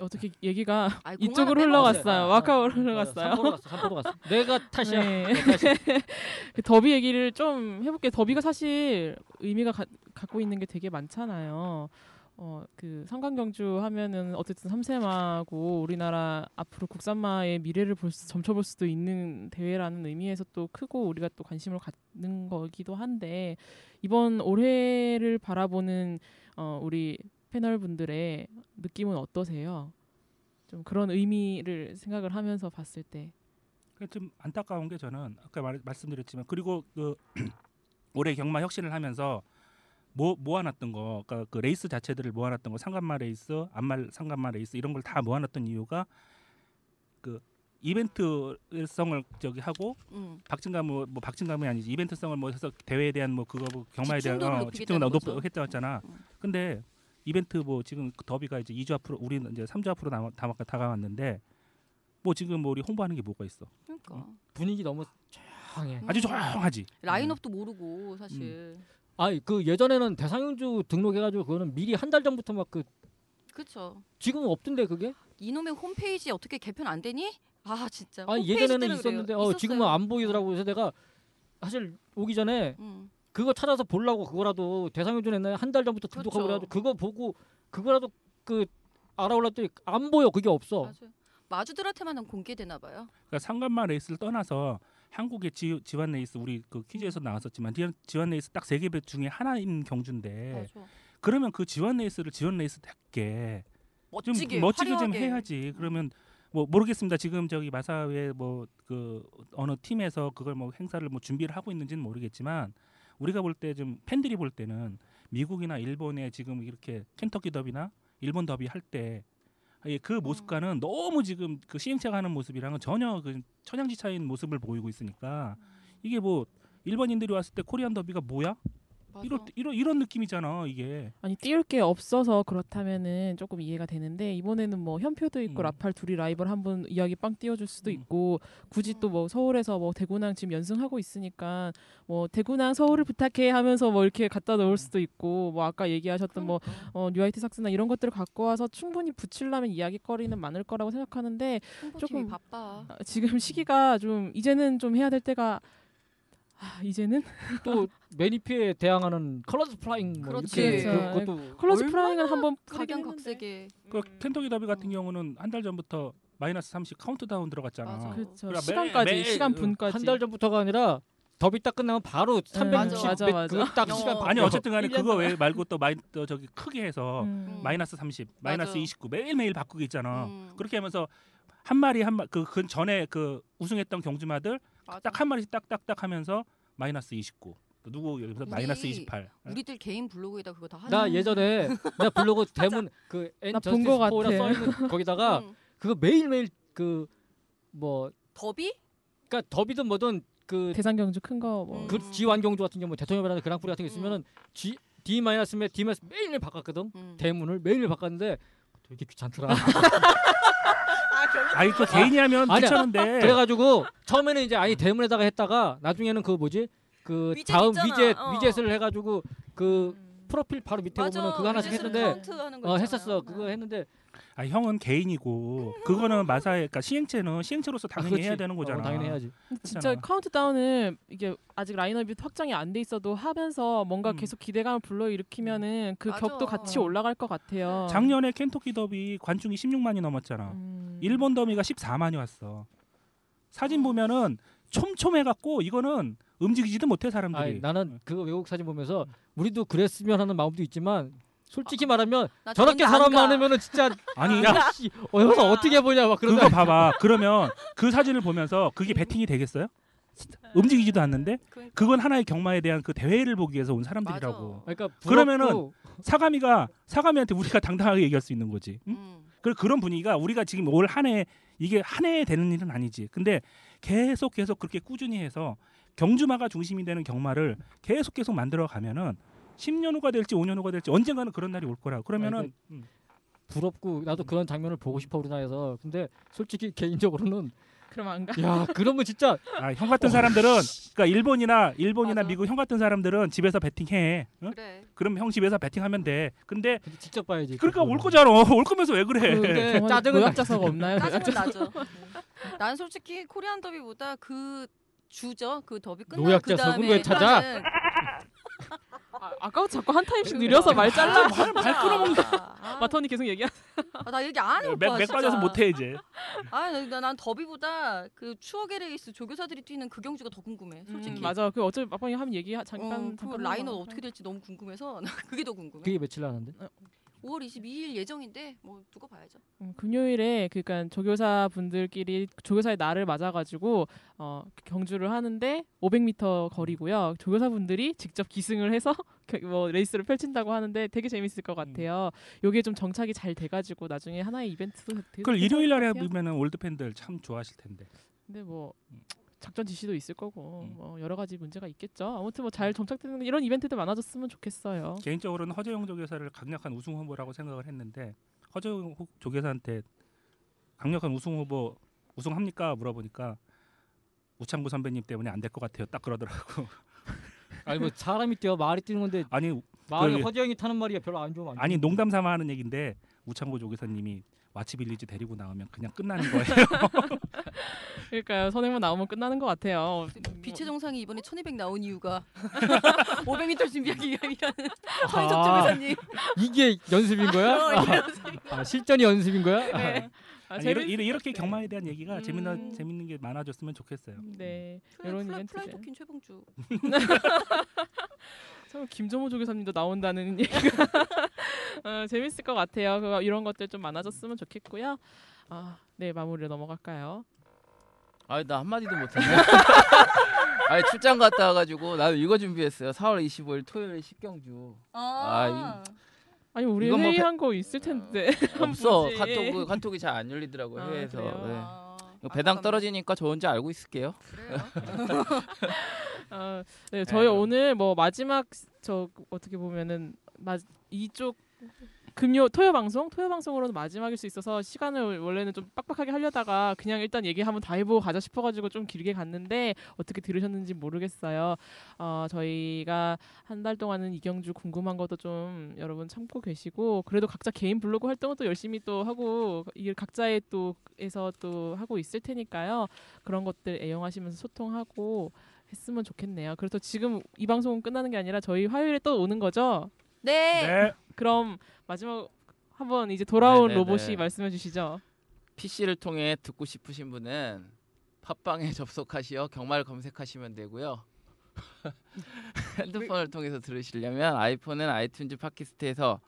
Speaker 2: 어떻게 얘기가
Speaker 4: 아이, 공 하나
Speaker 2: 이쪽으로
Speaker 4: 빼먹었어요.
Speaker 2: 흘러갔어요. 마카오로
Speaker 5: 되겠다.
Speaker 2: 흘러갔어요.
Speaker 5: 삼보로 갔어. 삼보로 갔어. 내가 탓이야.
Speaker 2: 네.
Speaker 5: 내 탓이야.
Speaker 2: 그 더비 얘기를 좀 해볼게. 더비가 사실 의미가 가- 갖고 있는 게 되게 많잖아요. 어, 그 삼강경주 하면은 어쨌든 삼세마고 우리나라 앞으로 국산마의 미래를 볼 수, 점쳐볼 수도 있는 대회라는 의미에서 또 크고 우리가 또 관심을 갖는 거기도 한데 이번 올해를 바라보는 어, 우리 패널 분들의 느낌은 어떠세요? 좀 그런 의미를 생각을 하면서 봤을 때.
Speaker 6: 그좀 안타까운 게 저는 아까 말, 말씀드렸지만 그리고 그 *clears throat* 올해 경마 혁신을 하면서 모, 모아놨던 거, 그러니까 그 레이스 자체들을 모아놨던 거, 상간마 레이스, 안말 상간마 레이스 이런 걸 다 모아놨던 이유가 그 이벤트성을 저기 하고
Speaker 4: 음.
Speaker 6: 박진감 뭐, 뭐 박진감이 아니지 이벤트성을 뭐 해서 대회에 대한 뭐 그거 뭐 경마에 대한
Speaker 4: 집중도를
Speaker 6: 어,
Speaker 4: 높이겠다는
Speaker 6: 집중도
Speaker 4: 거죠.
Speaker 6: 높 했잖아.
Speaker 4: 음.
Speaker 6: 근데 이벤트 뭐 지금 그 더비가 이제 2주 앞으로 우리는 이제 3주 앞으로 남아, 다 다가왔는데 뭐 지금 뭐 우리 홍보하는 게 뭐가 있어?
Speaker 4: 그러니까
Speaker 5: 분위기 너무 조용해.
Speaker 4: 음.
Speaker 6: 아주 조용하지. 음.
Speaker 4: 라인업도 모르고 사실.
Speaker 5: 아니 그 예전에는 대상윤주 등록해가지고 그거는 미리 한 달 전부터 막 그
Speaker 4: 그렇죠.
Speaker 5: 지금은 없던데 그게?
Speaker 4: 이놈의 홈페이지 어떻게 개편 안 되니? 아 진짜.
Speaker 5: 아니
Speaker 4: 홈페이지
Speaker 5: 예전에는
Speaker 4: 때문에
Speaker 5: 있었는데
Speaker 4: 그래요.
Speaker 5: 어
Speaker 4: 있었어요.
Speaker 5: 지금은 안 보이더라고 그래서 내가 사실 오기 전에
Speaker 4: 음.
Speaker 5: 그거 찾아서 보려고 그거라도 대상윤주 옛날에 한 달 전부터
Speaker 4: 그렇죠.
Speaker 5: 등록하고 그래가지고 그거 보고 그거라도 그 알아올랐더니 안 보여 그게 없어.
Speaker 4: 맞아요. 마주들한테만 공개되나 봐요.
Speaker 6: 그러니까 상관마 레이스를 떠나서 한국의 지, 지완 레이스 우리 그 퀴즈에서 나왔었지만 지- 지완 레이스 딱 세 개 중에 하나인 경주인데
Speaker 4: 맞아.
Speaker 6: 그러면 그 지완 레이스를 지완 레이스답게 좀
Speaker 4: 멋지게
Speaker 6: 멋지게 좀
Speaker 4: 화려하게.
Speaker 6: 해야지. 그러면 뭐 모르겠습니다. 지금 저기 마사회 뭐 그 어느 팀에서 그걸 뭐 행사를 뭐 준비를 하고 있는지는 모르겠지만 우리가 볼 때 좀 팬들이 볼 때는 미국이나 일본에 지금 이렇게 켄터키 더비나 일본 더비 할 때
Speaker 4: 어.
Speaker 6: 그 모습과는 너무 지금 그 시행착오 하는 모습이랑은 전혀 그 천양지차인 모습을 보이고 있으니까
Speaker 4: 음.
Speaker 6: 이게 뭐 일반인들이 왔을 때 코리안 더비가 뭐야?
Speaker 4: 맞아.
Speaker 6: 이런 이런 이런 느낌이잖아 이게.
Speaker 2: 아니 띄울 게 없어서 그렇다면은 조금 이해가 되는데 이번에는 뭐 현표도 있고
Speaker 6: 음.
Speaker 2: 라팔 둘이 라이벌 한 분 이야기 빵 띄워줄 수도
Speaker 6: 음.
Speaker 2: 있고 굳이 또 뭐 서울에서 뭐 대구랑 지금 연승하고 있으니까 뭐 대구랑 서울을 부탁해 하면서 뭐 이렇게 갖다
Speaker 6: 음.
Speaker 2: 놓을 수도 있고 뭐 아까 얘기하셨던 뭐
Speaker 6: 그러니까.
Speaker 2: 어, 뉴아이트 삭스나 이런 것들을 갖고 와서 충분히 붙이려면 이야기거리는 많을 거라고 생각하는데 어,
Speaker 4: 홍보팀이
Speaker 2: 조금-
Speaker 6: 음.
Speaker 4: 바빠.
Speaker 2: 아, 지금 시기가 좀 이제는 좀 해야 될 때가 아, 이제는
Speaker 5: 또 매니피에 대항하는 컬러스 플라잉 뭐
Speaker 4: 그렇지.
Speaker 5: 이렇게 그-
Speaker 2: 그렇죠.
Speaker 5: 그것도
Speaker 2: 컬러스 프라잉은 한번
Speaker 4: 각양각색의
Speaker 6: 그
Speaker 5: 음.
Speaker 6: 켄터기 더비 같은 경우는 한 달 전부터 마이너스 30 카운트다운 들어갔잖아.
Speaker 4: 맞아.
Speaker 2: 그렇죠.
Speaker 6: 그러니까
Speaker 2: 시간까지
Speaker 6: 매일,
Speaker 2: 시간
Speaker 6: 어,
Speaker 2: 분까지
Speaker 5: 한 달 전부터가 아니라 더비 딱 끝나면 바로 360
Speaker 2: 네, 맞아, 맞아, 맞아.
Speaker 5: 그딱 시간
Speaker 4: 어.
Speaker 5: 바뀌어.
Speaker 6: 아니 어쨌든 간에
Speaker 2: 일년
Speaker 6: 그거 외 말고 또 마이 또 저기 크게 해서
Speaker 2: 음.
Speaker 6: 마이너스 30, 마이너스
Speaker 4: 맞아.
Speaker 6: 29 매일매일 바꾸기 있잖아.
Speaker 4: 음.
Speaker 6: 어. 그렇게 하면서 한 마리 한마그그 전에 그 우승했던 경주마들
Speaker 4: 맞아.
Speaker 6: 딱 한 마리씩 딱딱딱 하면서 마이너스 29. 또 누구 여기서 마이너스
Speaker 4: 우리-
Speaker 6: 28.
Speaker 4: 우리들 개인 블로그에다 그거 다 하잖아.
Speaker 5: 나 예전에 나
Speaker 2: *laughs*
Speaker 5: 블로그 대문 그엔
Speaker 2: 나
Speaker 5: 저스
Speaker 2: 본
Speaker 5: 포
Speaker 2: 것
Speaker 5: 라써
Speaker 2: 같아.
Speaker 5: 있는
Speaker 2: *laughs*
Speaker 5: 거기다가
Speaker 4: 음.
Speaker 5: 그거 매일매일 그 뭐
Speaker 4: 더비?
Speaker 5: 그러니까 더비든 뭐든 그
Speaker 2: 대상 경주 큰 거뭐
Speaker 4: 음.
Speaker 5: 그 지완경주 같은 경우 대통령이라는 그랑프리 같은 게 있으면은 G D 마이너스에 D 마이너스 매일매일 바꿨거든.
Speaker 4: 음. 네.
Speaker 5: 대문을 매일매일 바꿨는데 되게
Speaker 4: *laughs*
Speaker 5: 귀찮더라.
Speaker 6: 아니 그 개인이 하면
Speaker 5: 아니야.
Speaker 6: 귀찮은데.
Speaker 5: 그래가지고 처음에는 이제 아니 대문에다가 했다가 나중에는 그 뭐지 그
Speaker 4: 위젯
Speaker 5: 다음
Speaker 4: 있잖아.
Speaker 5: 위젯
Speaker 4: 어.
Speaker 5: 위젯을 해가지고 그
Speaker 4: 음.
Speaker 5: 프로필 바로 밑에 보면 그거 하나씩
Speaker 4: 어쨌든
Speaker 5: 했는데
Speaker 4: 카운트하는 거
Speaker 5: 어
Speaker 4: 있잖아요.
Speaker 5: 했었어 그거 했는데
Speaker 6: 아 형은 개인이고 그거는 마사에 그러니까 시행체는 시행체로서
Speaker 5: 아,
Speaker 6: 당연히
Speaker 5: 그렇지.
Speaker 6: 해야 되는 거잖아.
Speaker 5: 어, 당연히 해야지.
Speaker 2: 진짜
Speaker 6: 했잖아.
Speaker 2: 카운트다운은 이게 아직 라인업이 확정이 안 돼 있어도 하면서 뭔가
Speaker 6: 음.
Speaker 2: 계속 기대감을 불러일으키면은 그
Speaker 4: 음. 맞아.
Speaker 2: 격도 같이 올라갈 것 같아요.
Speaker 6: 작년에 켄터키 더비 관중이 16만이 넘었잖아.
Speaker 2: 음.
Speaker 6: 일본 더미가 14만이 왔어. 사진 보면은 촘촘해갖고 이거는 움직이지도 못해 사람들이. 네.
Speaker 5: 아니, 나는 그 외국 사진 보면서 우리도 그랬으면 하는 마음도 있지만 솔직히 말하면
Speaker 4: 아. 나
Speaker 5: 저렇게
Speaker 4: 전
Speaker 5: 사람
Speaker 4: 안 가.
Speaker 5: 많으면은 진짜
Speaker 6: 아니 야
Speaker 5: 야, 씨, 어, 여기서 어떻게 보냐 막 그런
Speaker 6: 그거 봐봐. 그러면 그 사진을 보면서 그게 배팅이 되겠어요? 움직이지도 않는데
Speaker 4: 그러니까.
Speaker 6: 그건 하나의 경마에 대한 그 대회를 보기 위해서 온 사람들이라고.
Speaker 5: 그러니까 부럽고
Speaker 6: 그러면은 사감이가 사감이한테 우리가 당당하게 얘기할 수 있는 거지. 응?
Speaker 4: 음.
Speaker 6: 그 그런 분위기가 우리가 지금 올 한 해 이게 한 해에 되는 일은 아니지. 근데 계속 계속 그렇게 꾸준히 해서 경주마가 중심이 되는 경마를 계속 계속 만들어 가면은 10년 후가 될지 5년 후가 될지 언젠가는 그런 날이 올 거라.
Speaker 5: 아,
Speaker 6: 그러면은
Speaker 5: 이거-
Speaker 6: 음,
Speaker 5: 부럽고 나도 그런 장면을 보고 싶어 우리나라에서 근데 솔직히 *laughs* 개인적으로는
Speaker 2: 그럼 안 가?
Speaker 5: 야 그러면 진짜
Speaker 6: 아, 형 같은 사람들은 그러니까 일본이나 일본이나
Speaker 4: 맞아.
Speaker 6: 미국 형 같은 사람들은 집에서 베팅해. 응?
Speaker 4: 그래.
Speaker 6: 그럼 형 집에서 베팅하면 돼. 근데
Speaker 5: 근데 직접 봐야지
Speaker 6: 그러니까 올
Speaker 5: 그거는. 뭐.
Speaker 6: 거잖아. *laughs* 올 거면서 왜 예. 그래?
Speaker 5: 근데
Speaker 2: 정말
Speaker 5: 짜증은
Speaker 2: 노약자석 네. 없나요?
Speaker 4: 짜증은 나죠. *laughs* 음. 난 솔직히 코리안 더비보다 그 주죠. 그 더비 끝나고
Speaker 5: 노약자
Speaker 4: 그 다음에
Speaker 5: 석은 왜 찾아?
Speaker 2: *laughs* 아, 아까워 자꾸 한 타임씩 느려서 말 잘라.
Speaker 4: 발 끊어먹는. 아,
Speaker 2: 마턴이 계속 얘기하는.
Speaker 4: 아, 나 얘기 안 해.
Speaker 6: 맥, 맥 빠져서 못해 이제.
Speaker 4: 아난 더비보다 그 추억의 레이스 조교사들이 뛰는 그 경주가 더 궁금해. 솔직히.
Speaker 2: 음, 맞아. 그 어차피 막방에 하면 얘기 잠깐
Speaker 4: 어, 그
Speaker 2: 잠깐
Speaker 4: 라인업
Speaker 2: 하고.
Speaker 4: 어떻게 될지 너무 궁금해서 *laughs* 나 그게 더 궁금해.
Speaker 5: 그게 며칠 나는데
Speaker 4: 5월 22일 예정인데 뭐 두고 봐야죠.
Speaker 2: 음, 금요일에 그러니까 조교사 분들끼리 조교사의 날을 맞아가지고 어, 경주를 하는데 500m 거리고요. 조교사 분들이 직접 기승을 해서 *laughs* 겨- 뭐 레이스를 펼친다고 하는데 되게 재밌을 것 같아요. 요게 좀 정착이 잘 돼가지고 나중에 하나의 이벤트도 되-
Speaker 6: 그걸
Speaker 2: 괜찮을
Speaker 6: 일요일 날에
Speaker 2: 것 같아요.
Speaker 6: 보면은 올드 팬들 참 좋아하실 텐데.
Speaker 2: 근데 뭐
Speaker 6: 음.
Speaker 2: 작전 지시도 있을 거고
Speaker 6: 음.
Speaker 2: 뭐 여러 가지 문제가 있겠죠. 아무튼 뭐 잘 정착되는 이런 이벤트들 많아졌으면 좋겠어요.
Speaker 6: 개인적으로는 허재영 조교사를 강력한 우승 후보라고 생각을 했는데 허재영 호- 조교사한테 강력한 우승 후보 우승합니까 물어보니까 우창구 선배님 때문에 안 될 것 같아요. 딱 그러더라고.
Speaker 5: 아니 뭐 사람이 뛰어 말이 뛰는 건데
Speaker 6: 아니
Speaker 5: 말이
Speaker 6: 그-
Speaker 5: 허재영이 타는 말이 별로 안 좋으면 안 *laughs*
Speaker 6: 아니 농담 삼아 하는 얘긴데 우창구 조교사님이 와치빌리지 데리고 나오면
Speaker 2: *laughs*
Speaker 6: 그냥 끝나는 거예요.
Speaker 2: 그러니까요. 선행만 나오면 끝나는 것 같아요.
Speaker 4: 빛의 정상이 이번에 1200 나온 이유가 500m 준비하기 위함이라는
Speaker 5: 좋아.
Speaker 4: 서인석 조교사님.
Speaker 6: 아.
Speaker 5: 이게 연습인
Speaker 6: *laughs*
Speaker 5: 거야? 아, 실전이 연습인 거야?
Speaker 2: 네. 아,
Speaker 6: 아니,
Speaker 2: 재밌-
Speaker 6: 이러- 이러- 이렇게 경마에 대한 얘기가
Speaker 2: 음.
Speaker 6: 재밌는 재밌는 게 많아졌으면 좋겠어요.
Speaker 2: 네. 이런
Speaker 4: 플라이, 플라이
Speaker 2: 이벤트들.
Speaker 4: 토킨 최봉주.
Speaker 2: 참 김정호 조교사님도 나온다는 *laughs* 얘기가 어, 재밌을 것 같아요. 그거 이런 것들 좀 많아졌으면 좋겠고요. 아, 네 마무리로 넘어갈까요?
Speaker 3: 아니 나 한마디도 못했네. *laughs* 아니 출장 갔다 와가지고 나도 이거 준비했어요. 4월 25일 토요일 십경주 아,
Speaker 2: 아니 우리
Speaker 3: 이건 뭐
Speaker 2: 회의한 거 있을 텐데
Speaker 3: 없어
Speaker 2: 뭐지?
Speaker 3: 카톡 그 카톡이 잘 안 열리더라고
Speaker 2: 아,
Speaker 3: 해외에서.
Speaker 2: 그래요?
Speaker 3: 네.
Speaker 4: 아,
Speaker 3: 이거 배당
Speaker 4: 아깝네.
Speaker 3: 떨어지니까 저 혼자 알고 있을게요.
Speaker 4: 그래요?
Speaker 2: 아, 네, 저희
Speaker 3: 네.
Speaker 2: 오늘 뭐 마지막 저 어떻게 보면은 마, 이쪽 금요 토요 방송 토요 방송으로는 마지막일 수 있어서 시간을 원래는 좀 빡빡하게 하려다가 그냥 일단 얘기 한번 다 해보고 가자 싶어가지고 좀 길게 갔는데 어떻게 들으셨는지 모르겠어요. 어, 저희가 한 달 동안은 이경주 궁금한 것도 좀 여러분 참고 계시고 그래도 각자 개인 블로그 활동을 또 열심히 또 하고 이 각자의 또 에서 또 하고 있을 테니까요. 그런 것들 애용하시면서 소통하고 했으면 좋겠네요. 그래서 지금 이 방송은 끝나는 게 아니라 저희 화요일에 또 오는 거죠.
Speaker 4: 네.
Speaker 6: 네.
Speaker 2: 그럼 마지막 한번 이제 돌아온
Speaker 3: 네네네.
Speaker 2: 로봇이 말씀해 주시죠.
Speaker 3: PC를 통해 듣고 싶으신 분은 팟빵에 *laughs* 접속하시어 경마를 검색하시면 되고요. *laughs* 핸드폰을 통해서 들으시려면 아이폰은 아이튠즈 팟캐스트에서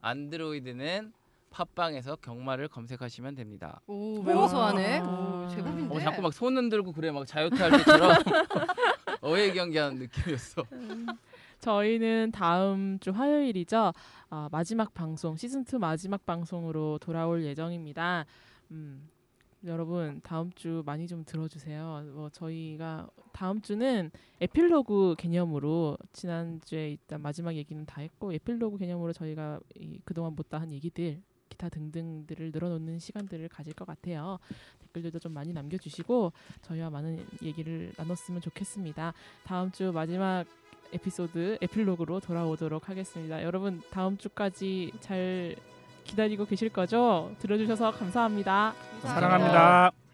Speaker 3: 안드로이드는 팟빵에서 경마를 검색하시면 됩니다.
Speaker 4: 오 외워서 하네.
Speaker 2: 아.
Speaker 4: 오 제법인데.
Speaker 3: 어 자꾸 막 손흔 들고 그래 막 자유투 할 때처럼 어휘 경기하는 느낌이었어.
Speaker 2: *laughs* 저희는 다음 주 화요일이죠. 아, 마지막 방송 시즌 2 마지막 방송으로 돌아올 예정입니다. 음, 여러분 다음 주 많이 좀 들어주세요. 뭐 저희가 다음 주는 에필로그 개념으로 지난 주에 일단 마지막 얘기는 다 했고 에필로그 개념으로 저희가 이 그동안 못다한 얘기들 기타 등등들을 늘어놓는 시간들을 가질 것 같아요. 댓글들도 좀 많이 남겨주시고 저희와 많은 얘기를 나눴으면 좋겠습니다. 다음 주 마지막 에피소드 에필로그로 돌아오도록 하겠습니다. 여러분 다음 주까지 잘 기다리고 계실 거죠? 들어주셔서 감사합니다.
Speaker 4: 감사합니다.
Speaker 6: 사랑합니다.